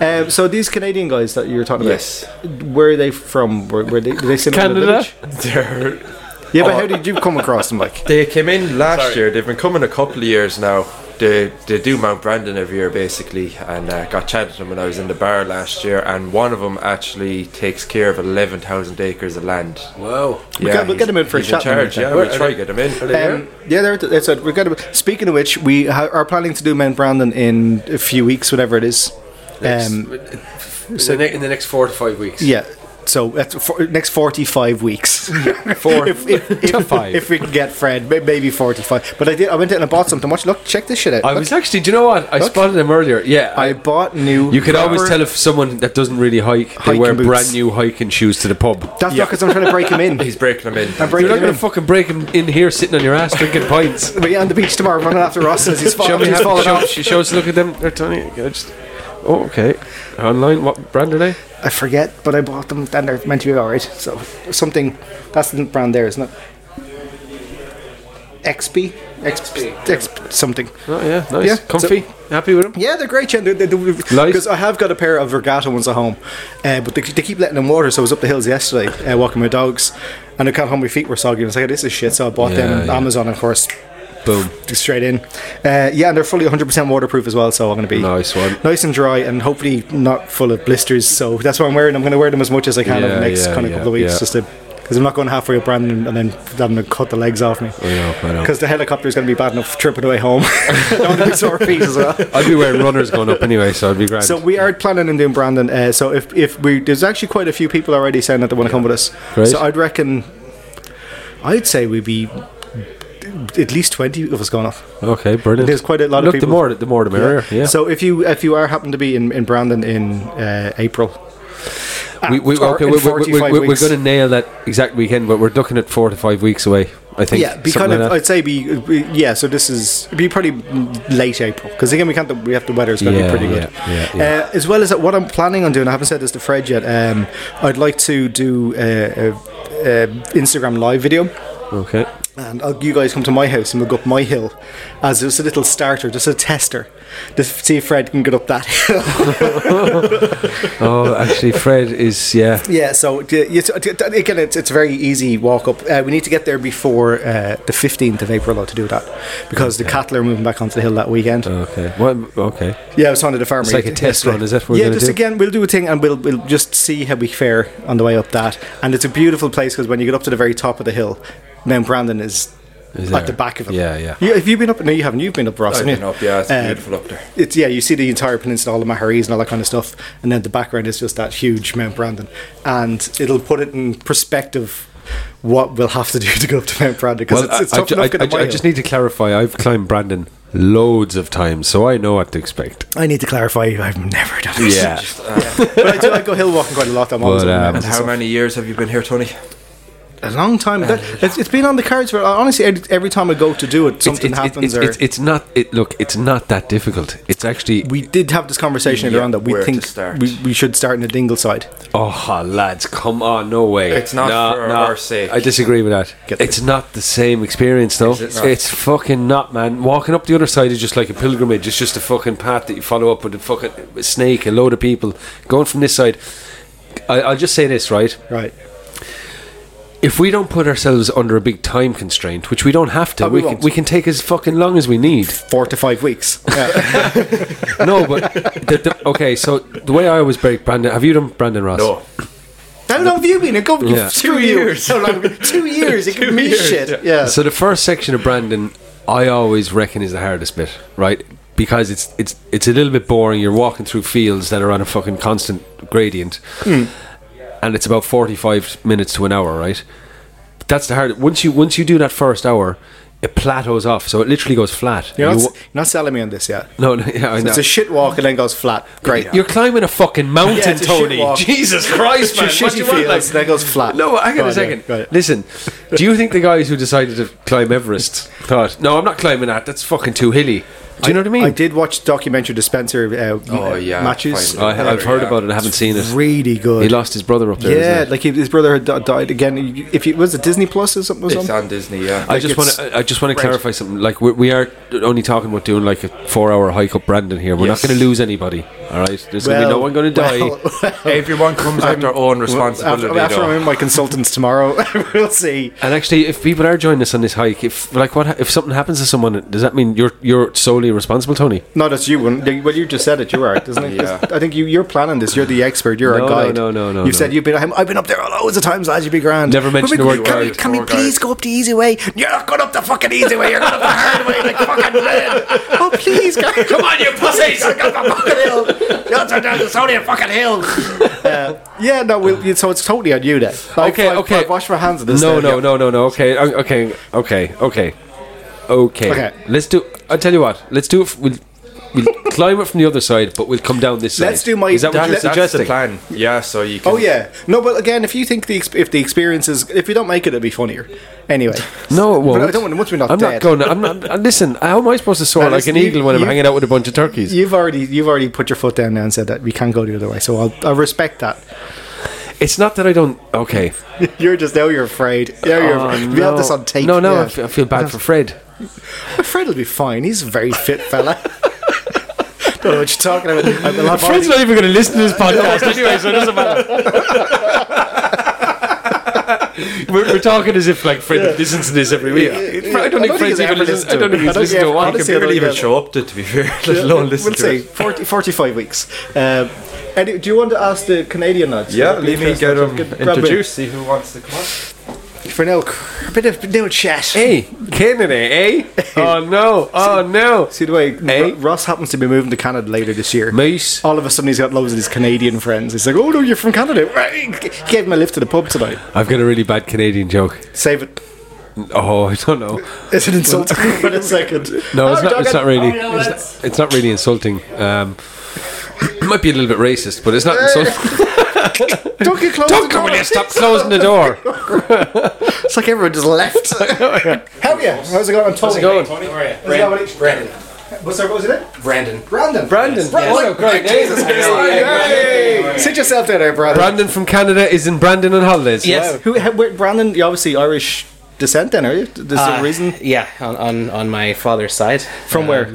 Speaker 2: um, so these Canadian guys that you were talking about,
Speaker 5: Yes.
Speaker 2: where are they from? Were, were they, did they sit In the
Speaker 3: Canada?
Speaker 2: village?
Speaker 5: They're- Oh.
Speaker 2: yeah, but how did you come across them? Like,
Speaker 5: They came in last year. They've been coming a couple of years now. they, they do Mount Brandon every year basically, and uh, got chatted to them when I was in the bar last year. And one of them actually takes care of 11,000 acres of land.
Speaker 3: Wow.
Speaker 5: yeah,
Speaker 2: get- we'll get
Speaker 5: he's-
Speaker 2: him in for a
Speaker 5: he's in
Speaker 2: chat in a minute.
Speaker 5: charge, yeah,
Speaker 3: Where
Speaker 5: we'll
Speaker 3: are
Speaker 5: try
Speaker 3: they?
Speaker 5: to get him in.
Speaker 3: Are they
Speaker 2: Um, yeah, they're, that's it. We're going to. Speaking of which, we ha- are planning to do Mount Brandon in a few weeks, whatever it is. Um,
Speaker 3: in, the ne- in the next four to five weeks.
Speaker 2: yeah. So that's for, next forty-five weeks.
Speaker 3: Four.
Speaker 2: if, if, if,
Speaker 6: five.
Speaker 2: if we can get Fred, may- maybe forty-five. But I did. I went in and bought something. Watch, look, check this shit out.
Speaker 3: I
Speaker 2: Look,
Speaker 3: was actually. Do you know what? I
Speaker 2: Look.
Speaker 3: spotted them earlier. Yeah.
Speaker 2: I bought new.
Speaker 3: you could always
Speaker 2: proper-
Speaker 3: tell if someone that doesn't really hike, they
Speaker 2: Hiking
Speaker 3: wear
Speaker 2: boots.
Speaker 3: brand new hiking shoes to the pub.
Speaker 2: That's not because I'm trying to break him in.
Speaker 5: He's breaking them in.
Speaker 2: I'm
Speaker 3: You're
Speaker 2: breaking
Speaker 3: not
Speaker 2: him
Speaker 3: going
Speaker 2: in.
Speaker 3: to fucking break him in here sitting on your ass drinking pints.
Speaker 2: But yeah, on the beach tomorrow, running after Ross as he's
Speaker 3: Show
Speaker 2: falling.
Speaker 3: me
Speaker 2: He's
Speaker 3: how.
Speaker 2: falling
Speaker 3: Show,
Speaker 2: off.
Speaker 3: sh- show us a look at them. They're tiny. I just. Oh, okay. Online. What brand are they?
Speaker 2: I forget, but I bought them, and they're meant to be alright. So something that's the brand there, isn't it? XP, XP, XP something.
Speaker 3: Oh yeah, nice.
Speaker 2: Yeah,
Speaker 3: Comfy. Happy with them.
Speaker 2: Yeah, they're great, Jen.
Speaker 3: Nice.
Speaker 2: Because I have got a pair of regatta ones at home, uh, but they, they keep letting them water. So I was up the hills yesterday uh, walking my dogs, and I can't home my feet were soggy. And I was like, "This is shit." So I bought them
Speaker 3: Yeah,
Speaker 2: on
Speaker 3: yeah.
Speaker 2: Amazon, of course,
Speaker 3: Boom.
Speaker 2: straight in. Uh, yeah, and they're fully 100% waterproof as well. So I'm going to be
Speaker 3: Nice one.
Speaker 2: nice and dry, and hopefully not full of blisters. So that's why I'm wearing. them. I'm going to wear them as much as I can over
Speaker 3: Yeah,
Speaker 2: the next
Speaker 3: yeah,
Speaker 2: kind of
Speaker 3: yeah,
Speaker 2: couple of weeks,
Speaker 3: yeah.
Speaker 2: just to. Because I'm not going halfway up Brandon and then having to cut the legs off me.
Speaker 3: know, Oh, I know.
Speaker 2: Because the helicopter is going to be bad enough tripping away home. I want to be sore feet as well.
Speaker 3: I'd be wearing runners going up anyway, so I'd be grand.
Speaker 2: So we are planning on doing Brandon. Uh, so if if we there's actually quite a few people already saying that they want to come with us.
Speaker 3: Great.
Speaker 2: So I'd reckon, I'd say we'd be at least twenty of us going off.
Speaker 3: okay, brilliant.
Speaker 2: There's quite a lot of
Speaker 3: Look,
Speaker 2: people-
Speaker 3: The more, the more, the merrier. Yeah.
Speaker 2: So if you if you are happen to be in in Brandon in uh, April,
Speaker 3: we, we,
Speaker 2: or
Speaker 3: okay,
Speaker 2: in
Speaker 3: we, we, we,
Speaker 2: 45
Speaker 3: we, we're
Speaker 2: weeks.
Speaker 3: going to nail that exact weekend, but we're looking at four to five weeks away. I think.
Speaker 2: yeah, be
Speaker 3: something
Speaker 2: kind of.
Speaker 3: like that.
Speaker 2: I'd say be, be- yeah. So this is it'd be probably mm, late April because again we can't. We have the weather's going to
Speaker 3: Yeah,
Speaker 2: be pretty good.
Speaker 3: yeah, yeah, yeah.
Speaker 2: Uh, as well as that, what I'm planning on doing, I haven't said this to Fred yet. Um, I'd like to do a, a, a Instagram live video.
Speaker 3: okay.
Speaker 2: And I'll, you guys come to my house and we'll go up my hill as just a little starter, just a tester, to f- see if Fred can get up that hill.
Speaker 3: Oh, actually, Fred is yeah.
Speaker 2: yeah, so d- you- so, d- d- again, it's, it's a very easy walk up. Uh, we need to get there before uh, the 15th of April though, to do that because the cattle are moving back onto the hill that weekend.
Speaker 3: Okay. What? Okay.
Speaker 2: Yeah, I was on to the farmer.
Speaker 3: It's like a test run, is that what we're
Speaker 2: yeah,
Speaker 3: gonna
Speaker 2: just
Speaker 3: do?
Speaker 2: again, we'll do a thing and we'll, we'll just see how we fare on the way up that. And it's a beautiful place because when you get up to the very top of the hill, Mount Brandon is,
Speaker 3: Is
Speaker 2: at
Speaker 3: there?
Speaker 2: the back of it.
Speaker 3: Yeah, yeah.
Speaker 2: You, have you been up? No, you haven't. You've been up, Ross.
Speaker 5: I've
Speaker 2: haven't you?
Speaker 5: been up, yeah, it's
Speaker 2: Uh,
Speaker 5: beautiful up there.
Speaker 2: It's yeah, you see the entire peninsula, all the Maharis and all that kind of stuff, and then the background is just that huge Mount Brandon, and it'll put it in perspective what we'll have to do to go up to Mount Brandon because it's, it's
Speaker 3: I,
Speaker 2: tough
Speaker 3: I,
Speaker 2: enough
Speaker 3: I,
Speaker 2: getting up
Speaker 3: I,
Speaker 2: my
Speaker 3: I just
Speaker 2: hill.
Speaker 3: need to clarify. I've climbed Brandon loads of times, so I know what to expect.
Speaker 2: I need to clarify. I've never done it.
Speaker 3: Yeah.
Speaker 2: but I do. I go hill walking quite a lot. I'm always
Speaker 3: But,
Speaker 2: on the
Speaker 3: um,
Speaker 2: mountains
Speaker 5: uh, And
Speaker 2: and
Speaker 5: how
Speaker 2: stuff.
Speaker 5: many years have you been here, Tony?
Speaker 2: a long time. That, it's, it's been on the cards for honestly. every- Every time I go to do it, something
Speaker 3: it's, it's,
Speaker 2: happens.
Speaker 3: it's,
Speaker 2: or
Speaker 3: it's, it's not. It look. It's not that difficult. It's actually.
Speaker 2: we did have this conversation earlier
Speaker 5: Yeah,
Speaker 2: on that we
Speaker 5: where to
Speaker 2: think
Speaker 5: start.
Speaker 2: we, we should start in the dingle side.
Speaker 3: Oh, lads, come on, no way.
Speaker 5: It's not
Speaker 3: Nah,
Speaker 5: for
Speaker 3: nah,
Speaker 5: our sake.
Speaker 3: I disagree with that.
Speaker 2: Get
Speaker 3: it's not the same experience, though.
Speaker 5: Is it
Speaker 3: It's,
Speaker 5: not?
Speaker 3: fucking not, man. Walking up the other side is just like a pilgrimage. It's just a fucking path that you follow up with a fucking snake, a load of people. Going from this side, I, I'll just say this, right?
Speaker 2: Right.
Speaker 3: If we don't put ourselves under a big time constraint, which we don't have to,
Speaker 2: Oh, we
Speaker 3: we, can,
Speaker 2: won't.
Speaker 3: we can take as fucking long as we need.
Speaker 2: Four to five weeks. Yeah.
Speaker 3: no, but the, the, okay. So the way I always break Brandon, have you done Brandon Ross?
Speaker 5: No.
Speaker 2: How long have you been? It go
Speaker 3: Yeah.
Speaker 2: two years. How long? Two years. It can mean shit. Yeah.
Speaker 3: So the first section of Brandon, I always reckon is the hardest bit, right? Because it's it's it's a little bit boring. You're walking through fields that are on a fucking constant gradient,
Speaker 2: Hmm.
Speaker 3: and it's about forty five minutes to an hour, right? That's the hard. Once you once you do that first hour, it plateaus off. So it literally goes flat.
Speaker 2: You're,
Speaker 3: You
Speaker 2: not,
Speaker 3: wa-
Speaker 2: you're not selling me on this yet.
Speaker 3: no, no, yeah, I know.
Speaker 2: It's a shit walk and then goes flat. Great.
Speaker 3: You're climbing a fucking mountain,
Speaker 2: Yeah, it's a shit
Speaker 3: Tony.
Speaker 2: walk.
Speaker 3: Jesus Christ, man!
Speaker 2: It's a
Speaker 3: What
Speaker 2: shitty
Speaker 3: do you want,
Speaker 2: field,
Speaker 3: like-
Speaker 2: and then goes flat.
Speaker 3: Uh, No, hang
Speaker 2: Go
Speaker 3: on a
Speaker 2: on,
Speaker 3: second.
Speaker 2: yeah, go on.
Speaker 3: Listen, do you think the guys who decided to climb Everest thought, "No, I'm not climbing that. That's fucking too hilly." Do you know what I mean?
Speaker 2: I did watch the documentary Dispenser uh,
Speaker 5: Oh,
Speaker 2: uh,
Speaker 5: yeah,
Speaker 2: matches.
Speaker 5: fine.
Speaker 3: I, have heard
Speaker 5: Yeah.
Speaker 3: about it. I haven't seen it.
Speaker 2: Really good.
Speaker 3: He lost his brother up there.
Speaker 2: yeah,
Speaker 3: isn't he?
Speaker 2: like he, his brother had di- died again. If it was it Disney Plus or something, or
Speaker 5: It's
Speaker 2: something?
Speaker 5: on Disney, yeah.
Speaker 3: I
Speaker 2: like
Speaker 3: just want
Speaker 2: it's-
Speaker 3: to. I just want
Speaker 2: Right.
Speaker 3: to clarify something. Like we, we are only talking about doing like a four-hour hike up Brandon here. We're
Speaker 5: Yes.
Speaker 3: not going to lose anybody. All right, there's gonna be no one going to
Speaker 2: well,
Speaker 3: die.
Speaker 5: Everyone comes at their own responsibility.
Speaker 2: After, after
Speaker 5: though.
Speaker 2: I'm in my consultants tomorrow, we'll see.
Speaker 3: And actually, if people are joining us on this hike, if like what ha- if something happens to someone, does that mean you're you're solely responsible, Tony?
Speaker 2: No, that's you. wouldn't- Well, you just said it. You are, doesn't it? 'Cause I think you, you're planning this. You're the expert. You're
Speaker 3: No,
Speaker 2: our
Speaker 3: no,
Speaker 2: guide.
Speaker 3: no, no, no,
Speaker 2: You've
Speaker 3: no.
Speaker 2: said you've been. I'm, I've been up there loads of times. Lads, you'd be grand.
Speaker 3: Never mention
Speaker 2: mentioned
Speaker 3: the word
Speaker 2: Can, we,
Speaker 3: guide.
Speaker 2: can we
Speaker 5: Poor
Speaker 2: please
Speaker 5: guide.
Speaker 2: go up the easy way? You're not going up the fucking easy way. You're going up the hard way, like fucking lead. Oh please, guys, come on, you pussies! I got the fucking hill. You answer down. It's only a fucking hill. Uh, yeah, no. We'll, so it's totally on you then. I've-
Speaker 3: Okay,
Speaker 2: I've-
Speaker 3: okay.
Speaker 2: I've washed my hands of this.
Speaker 3: No,
Speaker 2: now,
Speaker 3: no,
Speaker 2: yeah.
Speaker 3: no, no, no. Okay, o- okay, okay, okay, okay.
Speaker 2: Okay.
Speaker 3: Let's do. I will tell you what. Let's do. it f- We'll, we'll climb it from the other side, but we'll come down this side.
Speaker 2: Let's do my-
Speaker 3: Is that what
Speaker 5: That-
Speaker 3: you're
Speaker 2: let-
Speaker 5: that's the
Speaker 3: suggesting?
Speaker 5: plan. Yeah, so you can.
Speaker 2: Oh yeah, no. But again, if you think the ex- if the experience is if you don't make it, it'll be funnier. Anyway,
Speaker 3: No, it won't.
Speaker 2: But I don't want once we're not
Speaker 3: I'm
Speaker 2: dead.
Speaker 3: not going. to I'm not. uh, Listen, how am I supposed to soar
Speaker 2: Now,
Speaker 3: like
Speaker 2: listen,
Speaker 3: an
Speaker 2: you-
Speaker 3: eagle when
Speaker 2: you-
Speaker 3: I'm hanging out with a bunch of turkeys?
Speaker 2: You've already you've already put your foot down now and said that we can't go the other way. So I'll, I'll respect that.
Speaker 3: It's not that I don't. Okay.
Speaker 2: You're just now you're afraid. Now you're
Speaker 3: Oh,
Speaker 2: afraid. we have this on tape.
Speaker 3: No, no.
Speaker 2: yeah.
Speaker 3: I, feel, I feel bad for Fred.
Speaker 2: Fred will be fine. He's a very fit fella. don't know what you're talking about. I'm a lot
Speaker 3: Fred's
Speaker 2: more-
Speaker 3: not even going to listen to this podcast anyway, so it doesn't matter. we're, we're talking as if like Fred listens to this every week. I don't think Fred's
Speaker 2: he's
Speaker 3: even
Speaker 2: ever
Speaker 3: listened. I don't
Speaker 2: it.
Speaker 3: think he's listened
Speaker 2: yeah,
Speaker 3: to a one.
Speaker 5: You
Speaker 2: honestly,
Speaker 5: can
Speaker 2: I don't
Speaker 5: barely even
Speaker 2: even-
Speaker 5: show up to, it, to be fair, let alone listen
Speaker 2: we'll
Speaker 5: to
Speaker 2: say
Speaker 5: it.
Speaker 2: 40, 45 weeks. Um, Eddie, do you want to ask the Canadian lads?
Speaker 5: Yeah,
Speaker 2: That'd be
Speaker 5: let me
Speaker 2: interesting.
Speaker 5: get him
Speaker 2: Good- grab him.
Speaker 5: introduced, see who wants to come on.
Speaker 2: For now, a bit of, bit of chat.
Speaker 3: Hey, Canada, eh? Oh no! Oh no!
Speaker 2: See the way
Speaker 3: Eh?
Speaker 2: Ro- Ross happens to be moving to Canada later this year.
Speaker 3: Moose.
Speaker 2: All of a sudden, he's got loads of his Canadian friends. He's like, "Oh no, you're from Canada!" Right. G- Gave him a lift to the pub tonight.
Speaker 3: I've got a really bad Canadian joke.
Speaker 2: Save it.
Speaker 3: Oh, I don't know.
Speaker 2: It's an insult for a second.
Speaker 3: No, it's
Speaker 2: Oh,
Speaker 3: not. It's
Speaker 2: Doggett.
Speaker 3: not really.
Speaker 4: Oh, no,
Speaker 3: it's,
Speaker 4: it's-
Speaker 3: not, it's not really insulting. Um, it might be a little bit racist, but it's not insulting.
Speaker 2: Don't get close.
Speaker 3: Don't go in there! Stop closing the door.
Speaker 2: It's like everyone just left. How are you? How's it going? I'm How's
Speaker 3: it going?
Speaker 2: Tony, how are you? Brandon. Brandon. What's our what was it? Brandon. Brandon.
Speaker 3: Brandon. What a great name.
Speaker 2: Hey! Sit yourself down there, Brandon.
Speaker 3: Brandon from Canada is in Brandon on holidays.
Speaker 2: Wow. Who? How, where, Brandon. You're obviously Irish descent, then, are you? There's
Speaker 6: Uh,
Speaker 2: a reason.
Speaker 6: Yeah, on, on, on my father's side.
Speaker 2: From
Speaker 6: Um,
Speaker 2: where?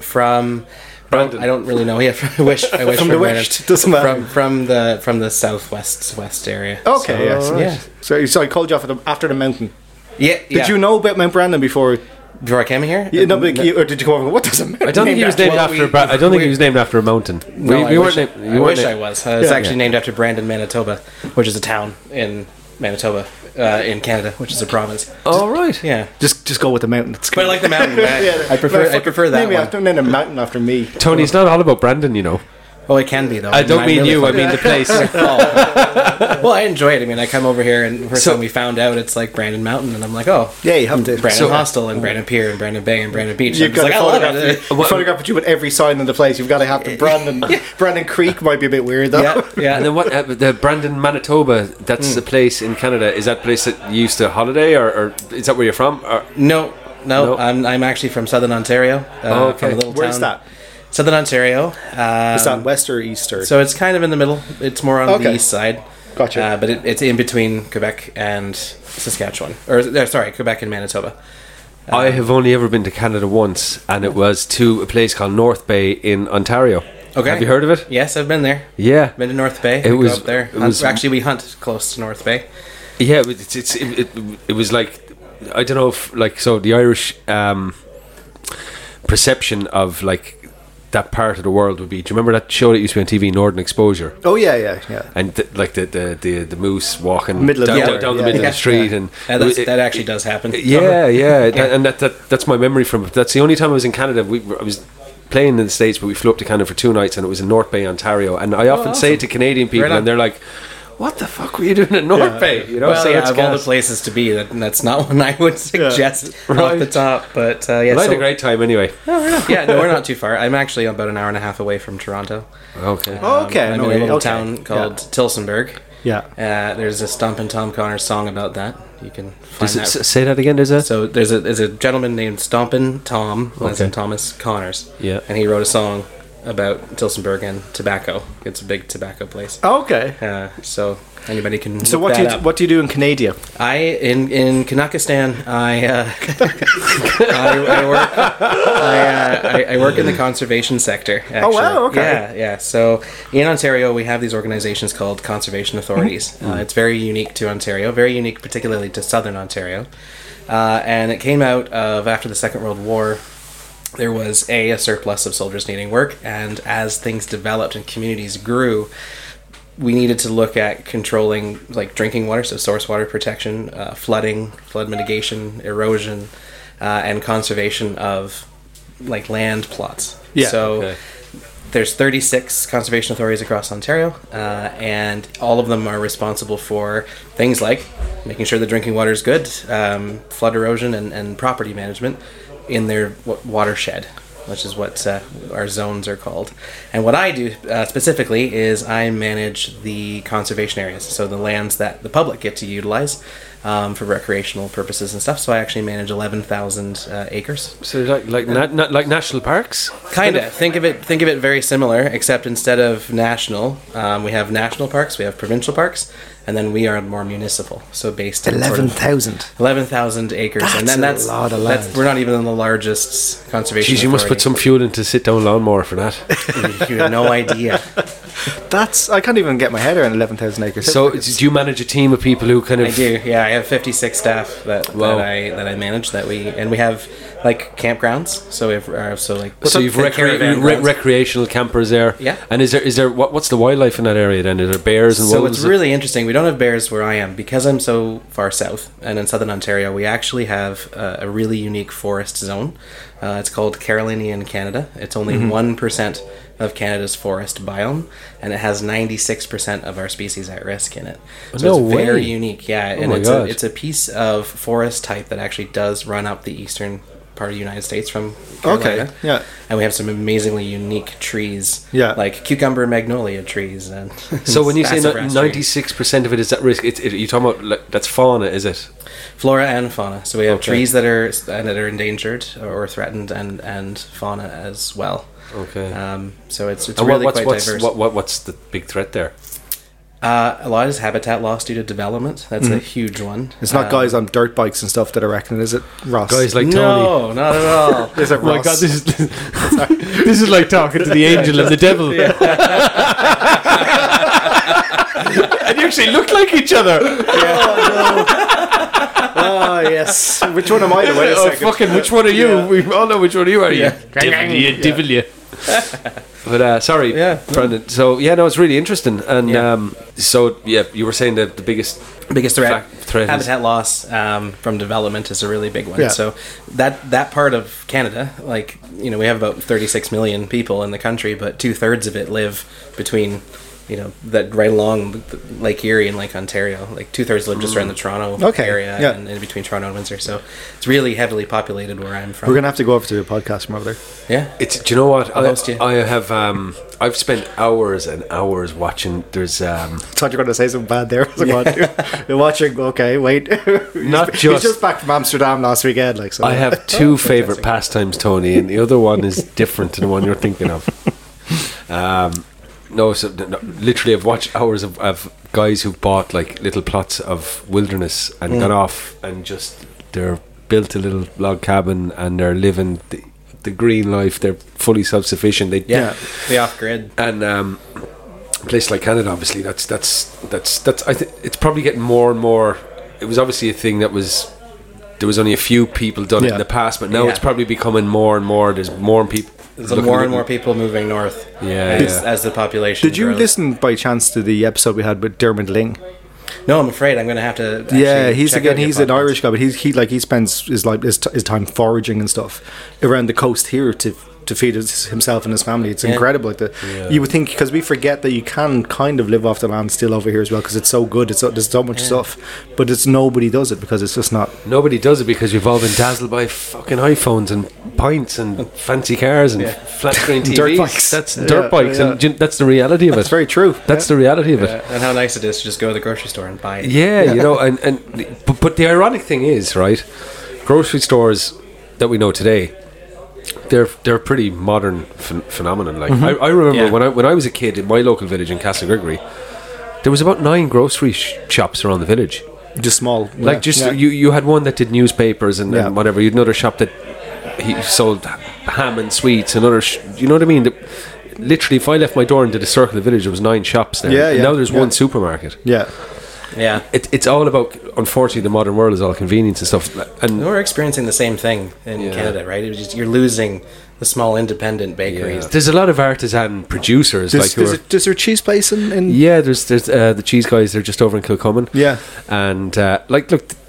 Speaker 6: From
Speaker 3: Brandon.
Speaker 6: I don't really know. Yeah, from, I wish. I wish
Speaker 2: From the
Speaker 6: where
Speaker 2: west,
Speaker 6: I'm-
Speaker 2: doesn't matter. Oh,
Speaker 6: From from the from the southwest west area.
Speaker 2: Okay. yes.
Speaker 6: So- Yeah.
Speaker 2: So, so I called you off at the, after the mountain.
Speaker 6: Yeah.
Speaker 2: Did you know about Mount Brandon before?
Speaker 6: before I came here?
Speaker 2: Yeah, no, but you- or did you come over? and go, What does it matter?
Speaker 3: I don't think he was
Speaker 6: after-
Speaker 3: named
Speaker 6: well,
Speaker 3: after.
Speaker 6: we-
Speaker 3: a Bra- I don't think
Speaker 6: we-
Speaker 3: he was named after a mountain.
Speaker 6: No,
Speaker 3: we,
Speaker 6: I
Speaker 3: we
Speaker 6: wish,
Speaker 3: weren't named.
Speaker 6: I
Speaker 3: you weren't
Speaker 6: wish I
Speaker 3: named-
Speaker 6: was. Uh, it's
Speaker 2: Yeah.
Speaker 6: actually named after Brandon, Manitoba, which is a town in Manitoba, uh, in Canada, which is a province.
Speaker 3: All right.
Speaker 6: Yeah.
Speaker 2: Just, just go with the mountain. It's
Speaker 6: But I like the mountain. I, I prefer. I prefer that
Speaker 2: Name me
Speaker 6: one.
Speaker 2: after, name a mountain after me.
Speaker 3: Tony, it's not all about Brandon, you know.
Speaker 6: Oh, it can be though.
Speaker 3: I don't mean
Speaker 6: really
Speaker 3: you. I
Speaker 6: fucking-
Speaker 3: mean the place.
Speaker 6: Oh. well, I enjoy it. I mean, I come over here, and first
Speaker 3: So-
Speaker 6: time we found out, it's like Brandon Mountain, and I'm like, oh,
Speaker 2: Yeah, you have to.
Speaker 6: Brandon
Speaker 2: So-
Speaker 6: Hostel, and Brandon Pier, and Brandon Bay, and Brandon Beach.
Speaker 2: You've
Speaker 6: I'm just
Speaker 2: got
Speaker 6: like,
Speaker 2: to
Speaker 6: I love
Speaker 2: photograph,
Speaker 6: it.
Speaker 2: you, photograph with you with every sign in the place. You've got to have the Brandon. Brandon Creek might be a bit weird though.
Speaker 6: yeah, yeah. Hmm.
Speaker 3: And then what? Uh, the Brandon, Manitoba. That's the place in Canada. Is that place that you used to holiday, or, or is that where you're from? Or,
Speaker 6: no, no,
Speaker 3: No.
Speaker 6: I'm I'm actually from Southern Ontario. Uh,
Speaker 3: Oh, okay.
Speaker 6: from a little
Speaker 2: Where's
Speaker 6: town-
Speaker 2: that?
Speaker 6: Southern Ontario. Um,
Speaker 2: Is that west or east or?
Speaker 6: So it's kind of in the middle. It's more on
Speaker 2: Okay.
Speaker 6: the east side.
Speaker 2: Gotcha.
Speaker 6: Uh, but it, it's in between Quebec and Saskatchewan, or uh, sorry, Quebec and Manitoba. Uh,
Speaker 3: I have only ever been to Canada once, and it was to a place called North Bay in Ontario.
Speaker 6: Okay.
Speaker 3: Have you heard of it?
Speaker 6: Yes, I've been there.
Speaker 3: Yeah.
Speaker 6: Been to North Bay.
Speaker 3: It
Speaker 6: It
Speaker 3: was-
Speaker 6: was up there.
Speaker 3: it
Speaker 6: Hunt-
Speaker 3: was-
Speaker 6: actually we hunt close to North Bay.
Speaker 3: Yeah, but it's, it's it, it, it was like I don't know if like so the Irish um, perception of like that part of the world would be. Do you remember that show that used to be on TV, Northern Exposure?
Speaker 2: oh yeah, yeah, yeah.
Speaker 3: And th- like the, the the the moose walking
Speaker 2: Middle of
Speaker 3: down,
Speaker 2: nowhere,
Speaker 3: down the
Speaker 2: yeah.
Speaker 3: middle
Speaker 2: Yeah.
Speaker 3: of the street, and
Speaker 6: Uh, that's,
Speaker 3: it-
Speaker 6: that actually does happen.
Speaker 3: Yeah, yeah, That, and that, that that's my memory from. it. That's the only time I was in Canada. We were- I was playing in the states, but we flew up to Canada for two nights, and it was in North Bay, Ontario. And I often say to Canadian people,
Speaker 6: Oh, on.
Speaker 3: and they're like, "What the fuck were you doing in North Bay?" You know,
Speaker 6: Well,
Speaker 3: so
Speaker 6: yeah,
Speaker 3: it's
Speaker 6: of all the
Speaker 3: gas.
Speaker 6: places to be, that, that's not one I would suggest
Speaker 3: Right.
Speaker 6: off the top. But uh, yeah,
Speaker 3: But I had
Speaker 6: so-
Speaker 3: a great time anyway.
Speaker 6: yeah, no, we're not too far. I'm actually about an hour and a half away from Toronto. Um,
Speaker 3: Okay.
Speaker 2: Oh, okay,
Speaker 6: I'm
Speaker 2: no,
Speaker 6: in a
Speaker 2: yeah,
Speaker 6: little
Speaker 2: okay.
Speaker 6: town called Tilsonburg.
Speaker 2: Yeah.
Speaker 6: Uh, there's a Stomp and Tom Connor song about that. You can find
Speaker 3: Does it
Speaker 6: that.
Speaker 3: s- say that again? Does it?
Speaker 6: So there's a there's a gentleman named Stompin' Tom, as in
Speaker 3: Okay.
Speaker 6: Thomas Connors.
Speaker 3: Yeah.
Speaker 6: And he wrote a song about Tilsonburg and tobacco. It's a big tobacco place.
Speaker 2: Okay.
Speaker 6: Uh, so anybody can.
Speaker 2: Oh. So
Speaker 6: look
Speaker 2: what do
Speaker 6: that
Speaker 2: you
Speaker 6: up.
Speaker 2: what do you do in Canada?
Speaker 6: I in in Kanakistan. I uh, I, I work. I, uh, I, I work in the conservation sector. Actually.
Speaker 2: Oh, wow, okay.
Speaker 6: Yeah, yeah. So in Ontario, we have these organizations called conservation
Speaker 2: Mm-hmm.
Speaker 6: authorities. Uh, it's very unique to Ontario, very unique particularly to southern Ontario, uh, and it came out of after the Second World War there was a, a surplus of soldiers needing work and as things developed and communities grew we needed to look at controlling like drinking water so source water protection uh, flooding flood mitigation erosion uh, and conservation of like land plots
Speaker 2: Yeah,
Speaker 6: so
Speaker 3: okay.
Speaker 6: there's 36 conservation authorities across Ontario, uh, and all of them are responsible for things like making sure the drinking water is good, um, flood erosion, and, and property management in their w- watershed, which is what uh, our zones are called. And what I do uh, specifically is I manage the conservation areas, so the lands that the public get to utilize um, for recreational purposes and stuff. So I actually manage 11,000 uh, acres
Speaker 3: So like like na- na- like national parks.
Speaker 6: kind of think of it think of it very similar except instead of national um, we have national parks we have provincial parks and then we are more municipal so based on sort of-
Speaker 2: 11,000.
Speaker 6: 11,000 acres and then
Speaker 2: That's
Speaker 6: that's
Speaker 2: a lot of
Speaker 6: that's-
Speaker 2: land.
Speaker 6: we're not even the largest conservation
Speaker 3: Jeez, you must put some fuel into sit down lawnmower for that.
Speaker 6: authority. you have no idea
Speaker 2: That's I can't even get my head around 11,000 acres.
Speaker 3: so do you manage a team of people who kind of?
Speaker 6: I do. Yeah, I have 56 staff that,
Speaker 3: Wow.
Speaker 6: that I that I manage that we and we have like campgrounds. So we have uh, so like
Speaker 3: So you've recre-
Speaker 6: caravan
Speaker 3: re-
Speaker 6: grounds.
Speaker 3: recreational campers there.
Speaker 6: Yeah.
Speaker 3: And is there is there what what's the wildlife in that area then? Are there bears and
Speaker 6: So
Speaker 3: wolves?
Speaker 6: it's really interesting. We don't have bears where I am because I'm so far south and in southern Ontario. We actually have uh, a really unique forest zone. Uh, it's called Carolinian Canada. It's only
Speaker 3: Mm-hmm.
Speaker 6: one of Canada's forest biome, and it has ninety six percent of our species at risk in it. So
Speaker 3: No
Speaker 6: it's very
Speaker 3: way. Oh
Speaker 6: unique. Yeah, and
Speaker 3: my
Speaker 6: it's
Speaker 3: God.
Speaker 6: a it's a piece of forest type that actually does run up the eastern part of the United States from Carolina.
Speaker 2: Okay, yeah.
Speaker 6: And we have some amazingly unique trees,
Speaker 2: Yeah.
Speaker 6: like cucumber and magnolia trees. And
Speaker 3: So when you say
Speaker 6: Massive raspberry.
Speaker 3: ninety six percent of it is at risk, it, it, you're talking about like, that's fauna, is it?
Speaker 6: flora and fauna. So we have
Speaker 3: Okay.
Speaker 6: trees that are that are endangered or threatened, and and fauna as well.
Speaker 3: Okay.
Speaker 6: Um, so it's it's
Speaker 3: and
Speaker 6: really
Speaker 3: what, what's
Speaker 6: quite
Speaker 3: what's
Speaker 6: diverse.
Speaker 3: what, what, what's the big threat there?
Speaker 6: uh, a lot is habitat loss due to development. That's a
Speaker 3: Mm-hmm.
Speaker 6: huge one.
Speaker 2: it's not
Speaker 6: Uh,
Speaker 2: guys on dirt bikes and stuff that are reckoning, is it? Ross.
Speaker 3: Guys like Tony.
Speaker 6: No, not at all.
Speaker 2: is
Speaker 3: Oh
Speaker 2: it Ross?
Speaker 3: is this is like talking to the angel and the devil. and you actually look like each other.
Speaker 2: oh, yes. Which one am I? Wait a
Speaker 3: Oh,
Speaker 2: second.
Speaker 3: fucking, which one are you? We all know which one are you are. You devil, you devil, you. But uh, sorry,
Speaker 6: Yeah.
Speaker 3: Brendan. So yeah, no, it's really interesting. And
Speaker 6: Yeah.
Speaker 3: um, so yeah, you were saying that the biggest
Speaker 6: biggest threat,
Speaker 3: Fact- threat is-
Speaker 6: habitat loss um, from development is a really big one
Speaker 2: Yeah.
Speaker 6: so that that part of canada like you know we have about 36 million people in the country but two-thirds of it live between you know that right along the- lake erie and lake ontario like two-thirds live just around the toronto
Speaker 2: Okay,
Speaker 6: area
Speaker 2: yeah.
Speaker 6: and in between toronto and windsor so it's really heavily populated where i'm from
Speaker 2: We're going to have to go over to a podcast from over there.
Speaker 6: yeah
Speaker 3: It's do you know what
Speaker 6: I'll host you.
Speaker 3: I, I have um I've spent hours and hours watching. There's um
Speaker 2: thought you were going to say something bad there. I was like, what? You're watching, okay, wait. He's
Speaker 3: Not
Speaker 2: ba-
Speaker 3: just-
Speaker 2: He's just back from Amsterdam last weekend. Like, so
Speaker 3: I have two favorite pastimes, Tony, and the other one is different to the one you're thinking of. Um, no, so no, literally, I've watched hours of, of guys who bought like little plots of wilderness and got off and just they're built a little log cabin and they're living the, the green life. They're fully self sufficient. They
Speaker 6: yeah, the off-grid
Speaker 3: and um, a place like Canada, obviously, that's that's that's that's. I think it's probably getting more and more. It was obviously a thing that was there was only a few people done it
Speaker 2: Yeah.
Speaker 3: in the past, but now
Speaker 6: Yeah.
Speaker 3: it's probably becoming more and more. There's more and people.
Speaker 6: there's more and more people moving north
Speaker 3: Yeah,
Speaker 6: as,
Speaker 3: yeah.
Speaker 6: as the population
Speaker 2: Did you
Speaker 6: grows.
Speaker 2: listen by chance to the episode we had with Dermot Ling?
Speaker 6: no i'm afraid i'm gonna have to actually
Speaker 2: yeah, he's
Speaker 6: check
Speaker 2: again.
Speaker 6: out your
Speaker 2: He's an
Speaker 6: podcast.
Speaker 2: Irish guy, but he's he like he spends his like his, t- his time foraging and stuff around the coast here to to feed his, himself and his family. It's incredible. Like the, you would think because we forget that you can kind of live off the land still over here as well because it's so good. It's so, there's so much stuff, but it's nobody does it because it's just not.
Speaker 3: Nobody does it because we've all been dazzled by fucking iPhones and pints and fancy cars and flat screen TVs.
Speaker 2: Dirt bikes.
Speaker 3: That's
Speaker 2: Yeah,
Speaker 3: dirt bikes,
Speaker 2: yeah.
Speaker 3: and do you- that's the reality of it.
Speaker 2: That's very true.
Speaker 3: That's the reality of it.
Speaker 6: and how nice it is to just go to the grocery store and buy it.
Speaker 3: Yeah, you know, and and but, but the ironic thing is, right? Grocery stores that we know today they're they're pretty modern phen phenomenon. Like
Speaker 2: Mm-hmm.
Speaker 3: I, I remember
Speaker 2: Yeah.
Speaker 3: when I when I was a kid in my local village in Castle Gregory, there was about nine grocery sh- shops around the village.
Speaker 2: Just small.
Speaker 3: Like
Speaker 2: yeah,
Speaker 3: just
Speaker 2: yeah.
Speaker 3: you you had one that did newspapers and,
Speaker 2: Yeah.
Speaker 3: and whatever. You'd another shop that he sold ham and sweets. Another, sh- you know what I mean? The, literally, if I left my door and did a circle of the village, there was nine shops there.
Speaker 2: Yeah,
Speaker 3: and
Speaker 2: yeah,
Speaker 3: now there's
Speaker 2: yeah.
Speaker 3: one supermarket.
Speaker 2: Yeah.
Speaker 6: Yeah.
Speaker 3: It, it's all about. Unfortunately, the modern world is all convenience and stuff. And
Speaker 6: We're experiencing the same thing in
Speaker 3: Yeah.
Speaker 6: Canada, right? It was just, you're losing the small independent bakeries.
Speaker 3: There's a lot of artisan producers
Speaker 2: Does,
Speaker 3: like who
Speaker 2: does,
Speaker 3: are,
Speaker 2: it, does there cheese place in, in
Speaker 3: yeah. There's there's uh, the cheese guys. They're just over in Kilcommon.
Speaker 2: Yeah.
Speaker 3: and uh, like look, th-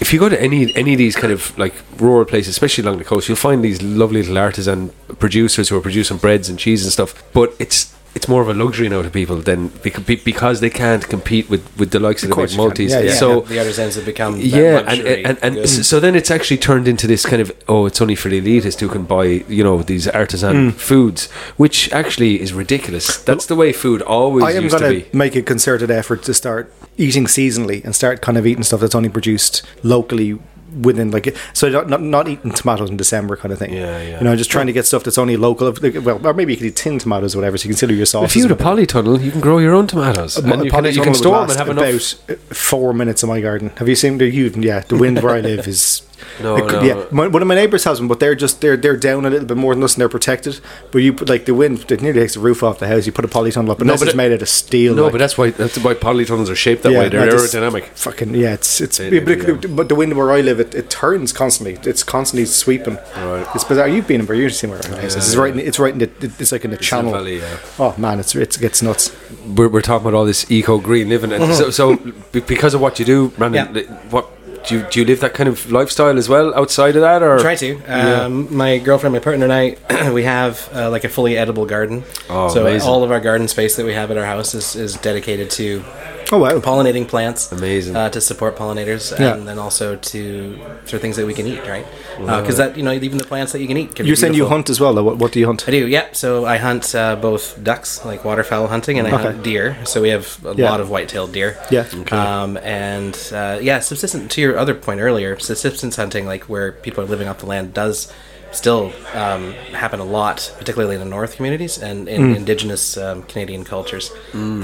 Speaker 3: if you go to any any of these kind of like rural places, especially along the coast, you'll find these lovely little artisan producers who are producing breads and cheese and stuff. But it's it's more of a luxury now to people than beca- be- because they can't compete with, with the likes of, the
Speaker 2: course
Speaker 3: big
Speaker 2: you can.
Speaker 3: multis.
Speaker 2: Yeah, yeah.
Speaker 3: So
Speaker 6: the artisans have become that
Speaker 3: yeah, and
Speaker 6: luxury
Speaker 3: and, and
Speaker 6: good.
Speaker 3: s- so then it's actually turned into this kind of oh, it's only for the elitist who can buy you know these artisan
Speaker 6: Mm.
Speaker 3: foods, which actually is ridiculous. That's the way food always
Speaker 2: I am
Speaker 3: used to
Speaker 2: going
Speaker 3: be.
Speaker 2: to make a concerted effort to start eating seasonally and start kind of eating stuff that's only produced locally within like so not not, not eating tomatoes in December kind of thing.
Speaker 3: Yeah, yeah.
Speaker 2: You know, just trying to get stuff that's only local. like, Well, or maybe you could eat tin tomatoes or whatever. So you consider your sauce.
Speaker 3: If you had a polytunnel, you can grow your own tomatoes, and you can, you can store them and have
Speaker 2: about
Speaker 3: enough.
Speaker 2: four minutes in my garden. Have you seen the you? Yeah, the wind where I live is.
Speaker 3: No,
Speaker 2: it could-
Speaker 3: no.
Speaker 2: Yeah, my, one of my neighbors has them, but they're just they're they're down a little bit more than us, and they're protected. But you put like the wind, it nearly takes the roof off the house. You put a polytunnel up, unless
Speaker 3: but
Speaker 2: it's
Speaker 3: it-
Speaker 2: made out of steel.
Speaker 3: No,
Speaker 2: like-
Speaker 3: but that's why that's why polytunnels are shaped that way. They're
Speaker 2: no, this-
Speaker 3: aerodynamic.
Speaker 2: Fucking yeah, it's it's
Speaker 3: They- they
Speaker 2: but,
Speaker 3: do
Speaker 2: it- but the wind where I live, it, it turns constantly. It's constantly sweeping.
Speaker 3: Right.
Speaker 2: It's bizarre. You've been in where you've seen where I is. It's right. In, it's right in the. It's like in the
Speaker 3: in the
Speaker 2: channel.
Speaker 3: valley, yeah.
Speaker 2: Oh man, it's it's gets nuts.
Speaker 3: We're, we're talking about all this eco green living, and so, so be- because of what you do, Brandon,
Speaker 6: Yeah.
Speaker 3: li- what do you do? You live that kind of lifestyle as well outside of that, or
Speaker 6: Try to. Um, My girlfriend, my partner, and I, we have uh, like a fully edible garden.
Speaker 3: Oh,
Speaker 6: so
Speaker 3: amazing.
Speaker 6: all of our garden space that we have at our house is, is dedicated to
Speaker 2: Oh wow.
Speaker 6: pollinating plants.
Speaker 3: Amazing.
Speaker 6: Uh, to support pollinators,
Speaker 2: Yeah.
Speaker 6: and then also to for things that we can eat, right? Because that you know even the plants that you can eat. Can be
Speaker 2: You said you
Speaker 6: beautiful.
Speaker 2: hunt as well. Though. What, what do you hunt?
Speaker 6: I do, yeah. So I hunt uh, both ducks, like waterfowl hunting, and I
Speaker 2: Okay.
Speaker 6: hunt deer. So we have a
Speaker 2: Yeah.
Speaker 6: lot of white-tailed deer.
Speaker 2: Yeah. Okay.
Speaker 6: Um, and uh, yeah, subsistence. To your other point earlier, subsistence hunting, like where people are living off the land, does still um, happen a lot, particularly in the north communities and in
Speaker 2: Mm.
Speaker 6: indigenous um, Canadian cultures.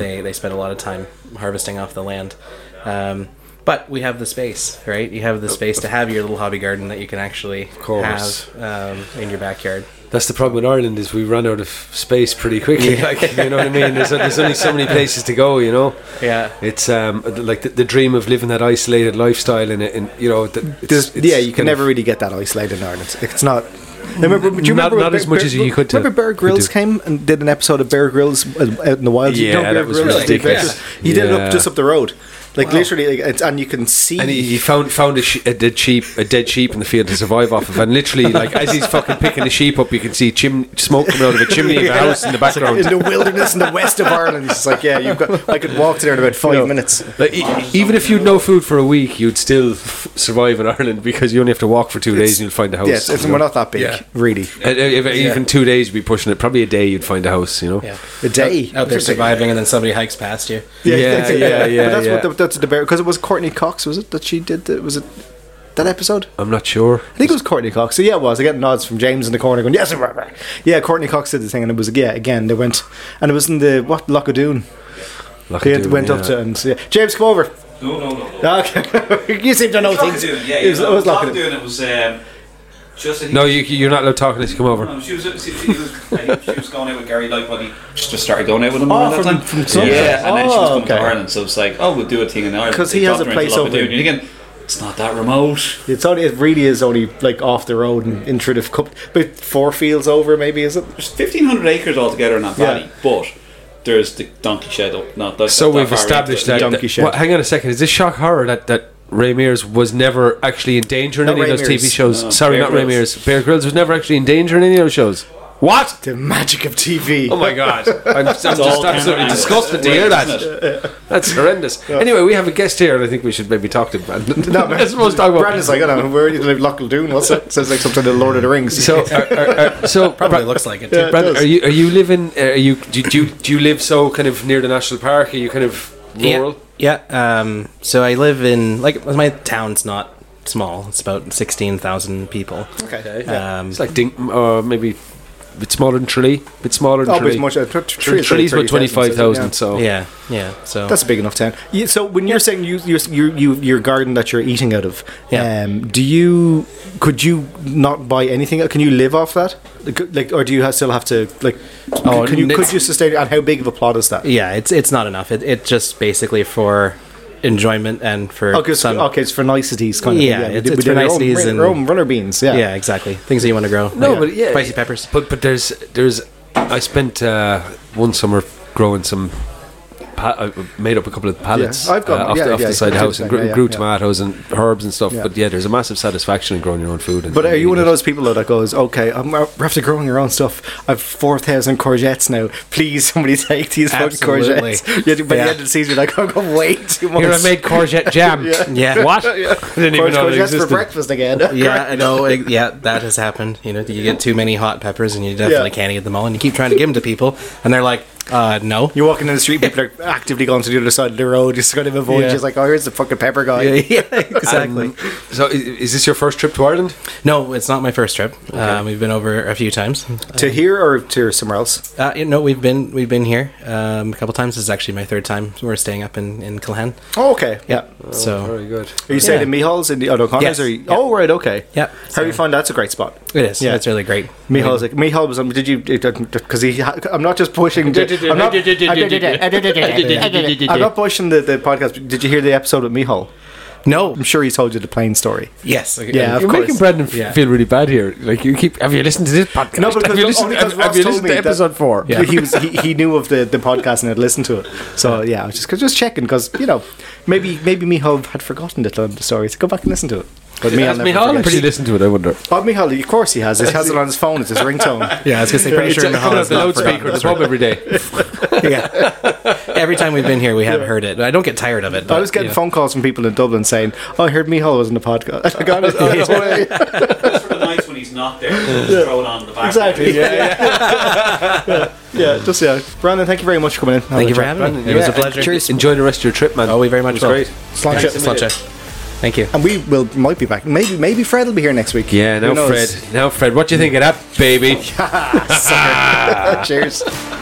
Speaker 6: They they spend a lot of time harvesting off the land. Um, but we have the space, right? You have the space to have your little hobby garden that you can actually
Speaker 3: course.
Speaker 6: have um, in your backyard.
Speaker 3: That's the problem with Ireland is we ran out of space pretty quickly. Like you know what I mean? There's, there's only so many places to go. You know.
Speaker 6: Yeah.
Speaker 3: It's um like the, the dream of living that isolated lifestyle and and you know the, it's,
Speaker 2: There's-
Speaker 3: it's
Speaker 2: yeah, you can
Speaker 3: kind of- Hmm.
Speaker 2: never really get that isolated in Ireland. It's not. Remember, do you
Speaker 3: Not-
Speaker 2: remember when
Speaker 3: not as much as you could to-
Speaker 2: Remember Bear
Speaker 3: could
Speaker 2: Grylls
Speaker 3: do.
Speaker 2: came and did an episode of Bear Grylls uh, out in the wild.
Speaker 3: Yeah,
Speaker 2: Bear
Speaker 3: that was
Speaker 2: Grylls, The
Speaker 3: ridiculous.
Speaker 2: Adventures. He did it
Speaker 3: Yeah.
Speaker 2: up just up the road, like literally, like, it's, and you can see.
Speaker 3: And he, he found found a, she- a dead sheep, a dead sheep in the field to survive off of, and literally, like as he's fucking picking the sheep up, you can see chim- smoke coming out of a chimney in the house in the
Speaker 2: in
Speaker 3: background.
Speaker 2: the wilderness in the west of Ireland. He's just like, yeah, you've got. I could walk to there in about five minutes.
Speaker 3: Like, e- even if you'd no food for a week, you'd still f- survive in Ireland because you only have to walk for two days and you'll find a house.
Speaker 2: Yes, it's,
Speaker 3: you know.
Speaker 2: we're not that big,
Speaker 3: Yeah.
Speaker 2: really.
Speaker 3: Uh, uh, if- Even two days would be pushing it. Probably a day you'd find a house. You know.
Speaker 6: Yeah.
Speaker 2: A day
Speaker 6: out there surviving, and then somebody hikes past you.
Speaker 2: Yeah,
Speaker 3: Yeah,
Speaker 2: exactly.
Speaker 3: yeah, yeah,
Speaker 2: But that's
Speaker 3: yeah.
Speaker 2: what the, that's the bear because it was Courtney Cox, was it that she did? The, was it that episode?
Speaker 3: I'm not sure.
Speaker 2: I think it was Courtney Cox. So yeah, it was. I get nods from James in the corner going, "Yes, right, right." yeah." Courtney Cox did the thing, and it was yeah. Again, they went, and it was in the what Lockadoon.
Speaker 3: Lock
Speaker 2: They
Speaker 3: and do,
Speaker 2: went up
Speaker 3: yeah.
Speaker 2: to and yeah, James, come over.
Speaker 7: No, no, no. no.
Speaker 2: Okay, you seem to know things.
Speaker 7: Doing, yeah,
Speaker 2: it was,
Speaker 7: yeah,
Speaker 2: it was
Speaker 7: no, Lockdown,
Speaker 2: Lockadoon.
Speaker 7: It was um, just. I think
Speaker 3: No, you, you're not allowed to talk unless you come over.
Speaker 7: No, she was. She, she, was I think she was going out with Gary Lightbody. Just started going out with him.
Speaker 2: Oh,
Speaker 7: around that
Speaker 2: from-
Speaker 7: time.
Speaker 2: from Sunday.
Speaker 7: Yeah, and then she was
Speaker 2: Oh,
Speaker 7: coming
Speaker 2: okay.
Speaker 7: to Ireland, so it's like, oh, we'll do a thing in Ireland.
Speaker 2: 'Cause
Speaker 7: They
Speaker 2: he has
Speaker 7: dropped
Speaker 2: a
Speaker 7: her into
Speaker 2: place over
Speaker 7: Lough Doone.
Speaker 2: there.
Speaker 7: And again, it's not that remote.
Speaker 2: It's only it really is only like off the road and into the cup, but four fields over maybe is it?
Speaker 7: There's 1,500 acres altogether in that
Speaker 2: Yeah.
Speaker 7: valley, but there's the donkey shed up. Not that,
Speaker 3: So
Speaker 7: that
Speaker 3: we've
Speaker 7: far into
Speaker 3: established
Speaker 7: it.
Speaker 3: that.
Speaker 2: donkey
Speaker 3: that-
Speaker 2: shed.
Speaker 3: well, hang on a second. Is this shock horror that that Ray Mears was never actually in danger in
Speaker 2: Not
Speaker 3: any
Speaker 2: Ray
Speaker 3: of those TV
Speaker 2: Mears.
Speaker 3: shows?
Speaker 7: No,
Speaker 3: Sorry,
Speaker 7: Bear
Speaker 3: not Ray
Speaker 7: Grylls.
Speaker 3: Mears. Bear Grylls was never actually in danger in any of those shows. What?
Speaker 2: The magic of TV.
Speaker 3: Oh my god! I'm, I'm just
Speaker 7: all
Speaker 3: absolutely
Speaker 7: camera
Speaker 3: disgusted to
Speaker 7: angles,
Speaker 3: hear
Speaker 7: isn't
Speaker 3: that. That's horrendous. Anyway, we have a guest here, and I think we should maybe talk to Brandon. No, I suppose talk about.
Speaker 2: Brandon's like, I don't know, where you live, Lockledoon, what's it? Sounds like something in Lord of the Rings.
Speaker 3: so, are, are, are, so
Speaker 6: Probably
Speaker 3: Bra-
Speaker 6: looks like it. Too.
Speaker 2: it
Speaker 3: Brandon,
Speaker 2: does.
Speaker 3: are you are you living? uh, Are you do, you do you do you live so kind of near the national park? Are you kind of rural?
Speaker 6: Yeah. yeah um, so I live in like my town's not small. It's about sixteen thousand people.
Speaker 2: Okay. Yeah.
Speaker 6: Um,
Speaker 3: It's like Dink, or maybe a bit smaller than Tralee, a bit smaller than
Speaker 2: Oh, but
Speaker 3: Tralee.
Speaker 2: it's much. Uh, tr- tr- tr-
Speaker 3: Trillee's about 25,000, so.
Speaker 6: yeah, yeah. So
Speaker 2: That's a big enough town. Yeah, so when you're saying you you you you your garden that you're eating out of,
Speaker 6: Yeah.
Speaker 2: um, do you could you not buy anything? Can you live off that? Like- Like, or do you ha still have to like?
Speaker 6: Oh,
Speaker 2: can you could
Speaker 6: it's-
Speaker 2: you sustain it? And how big of a plot is that?
Speaker 6: yeah, it's it's not enough. It it's just basically for enjoyment and for
Speaker 2: Okay, it's,
Speaker 6: some.
Speaker 2: Oh, okay, it's for niceties kind of.
Speaker 6: Yeah,
Speaker 2: we
Speaker 6: it's-
Speaker 2: did- we
Speaker 6: it's
Speaker 2: did
Speaker 6: for
Speaker 2: our own
Speaker 6: niceties
Speaker 2: run-
Speaker 6: and-
Speaker 2: our own runner beans. Yeah,
Speaker 6: Yeah, exactly. Things that you want to grow.
Speaker 3: No,
Speaker 6: Like
Speaker 3: but yeah,
Speaker 6: spicy peppers.
Speaker 3: But but there's there's I spent uh, one summer growing some. Pa- I made up a couple of pallets
Speaker 2: Yeah, I've got-
Speaker 3: uh, off,
Speaker 2: yeah,
Speaker 3: the, off
Speaker 2: yeah,
Speaker 3: the side of the
Speaker 2: yeah,
Speaker 3: house and grew,
Speaker 2: yeah, yeah,
Speaker 3: grew
Speaker 2: yeah.
Speaker 3: tomatoes and herbs and stuff.
Speaker 2: Yeah.
Speaker 3: But yeah, there's a massive satisfaction in growing your own food. And,
Speaker 2: But are
Speaker 3: and
Speaker 2: you one of
Speaker 3: eating it.
Speaker 2: those people though that goes, okay, I'm after growing your own stuff. I've four thousand courgettes now. Please, somebody take these fucking
Speaker 6: Absolutely.
Speaker 2: courgettes. Yeah, by
Speaker 6: Yeah.
Speaker 2: the end of the season, you're like I've got way too much.
Speaker 8: Here I made courgette jam.
Speaker 6: Yeah.
Speaker 8: What?
Speaker 3: didn't
Speaker 2: Courge-
Speaker 3: even know they
Speaker 2: courgettes for
Speaker 3: existed.
Speaker 2: breakfast again.
Speaker 6: Yeah, I know. it- Yeah, that has happened. You know, you get too many hot peppers and you definitely
Speaker 2: Yeah.
Speaker 6: can't eat them all, and you keep trying to give them to people, and they're like, uh, no.
Speaker 2: You're walking down the street, people are actively going to the other side of the road, just kind of avoid
Speaker 6: Yeah.
Speaker 2: you. It's like, oh, here's the fucking pepper guy.
Speaker 6: Yeah, yeah, exactly.
Speaker 3: Um, so i- is this your first trip to Ireland?
Speaker 6: no, it's not my first trip. Um, we've been over a few times.
Speaker 2: To here or to somewhere else?
Speaker 6: Uh, you know, we've been we've been here um, a couple times. This is actually my third time. We're staying up in in Clan.
Speaker 2: Oh, okay. Yeah.
Speaker 6: so
Speaker 3: Very good.
Speaker 2: Are you staying
Speaker 6: Yeah.
Speaker 2: in Mihal's in the Otto Connors?
Speaker 6: Yes.
Speaker 2: Or you,
Speaker 6: Yeah.
Speaker 2: Oh, right, okay.
Speaker 6: Yeah.
Speaker 2: How do you find that's a great spot?
Speaker 6: it is.
Speaker 2: Yeah.
Speaker 6: Yeah, it's really great.
Speaker 2: Mihal's like, Mihal was, um, did you, because he, ha- I'm not just pushing, I'm not, I'm not pushing the, the podcast. Did you hear the episode with Mihal?
Speaker 6: No.
Speaker 2: I'm sure he told you the plane story.
Speaker 6: Yes.
Speaker 2: Yeah, of
Speaker 8: You're
Speaker 2: course.
Speaker 8: making Brendan f-
Speaker 6: Yeah.
Speaker 8: feel really bad here. Like you keep. Have you listened to this podcast?
Speaker 2: No, because
Speaker 8: have you
Speaker 2: only
Speaker 8: listened,
Speaker 2: because
Speaker 8: have,
Speaker 2: Ross
Speaker 8: have you
Speaker 2: told
Speaker 8: listened
Speaker 2: me
Speaker 8: to
Speaker 2: that-
Speaker 8: episode four?
Speaker 6: Yeah.
Speaker 2: he was he, he knew of the, the podcast and had listened to it. So yeah, I was just 'cause just checking because you know maybe maybe Mihal had forgotten the, the story. So go back and listen to it. But Mihal, never
Speaker 3: Mihal
Speaker 2: forgets.
Speaker 3: actually listened to it. I wonder.
Speaker 2: Oh, Mihal, of course he has. it. He has it on his phone. It's his ringtone.
Speaker 6: Yeah, I was gonna say pretty
Speaker 2: It's
Speaker 6: sure
Speaker 2: a-
Speaker 6: Mahal
Speaker 2: coming up
Speaker 6: has
Speaker 2: the
Speaker 6: not
Speaker 2: loudspeaker
Speaker 6: forgotten
Speaker 3: Speaker at the pub every day.
Speaker 6: yeah. Every time we've been here, we have heard it. I don't get tired of it. But,
Speaker 2: I was getting
Speaker 6: you know.
Speaker 2: phone calls from people in Dublin saying, "Oh, I heard Mihal was in the podcast." I got it. out of the way.
Speaker 7: That's for the nights when he's not there. Just throw it on the back.
Speaker 2: exactly. Yeah, yeah. yeah, yeah, just yeah. Brandon, thank you very much for coming in.
Speaker 6: Thank you for having me. It was a pleasure.
Speaker 3: Enjoy the rest of your trip, man.
Speaker 6: Oh, we very
Speaker 3: It
Speaker 6: much
Speaker 3: was
Speaker 6: will.
Speaker 3: great.
Speaker 2: Slán
Speaker 6: Thanks.
Speaker 2: sé.
Speaker 6: Slán sé. Thank you.
Speaker 2: And we will might be back. Maybe maybe Fred will be here next week.
Speaker 3: Yeah,
Speaker 2: Who
Speaker 3: now
Speaker 2: knows?
Speaker 3: Fred. Now Fred, what do you think of that, baby?
Speaker 2: Cheers.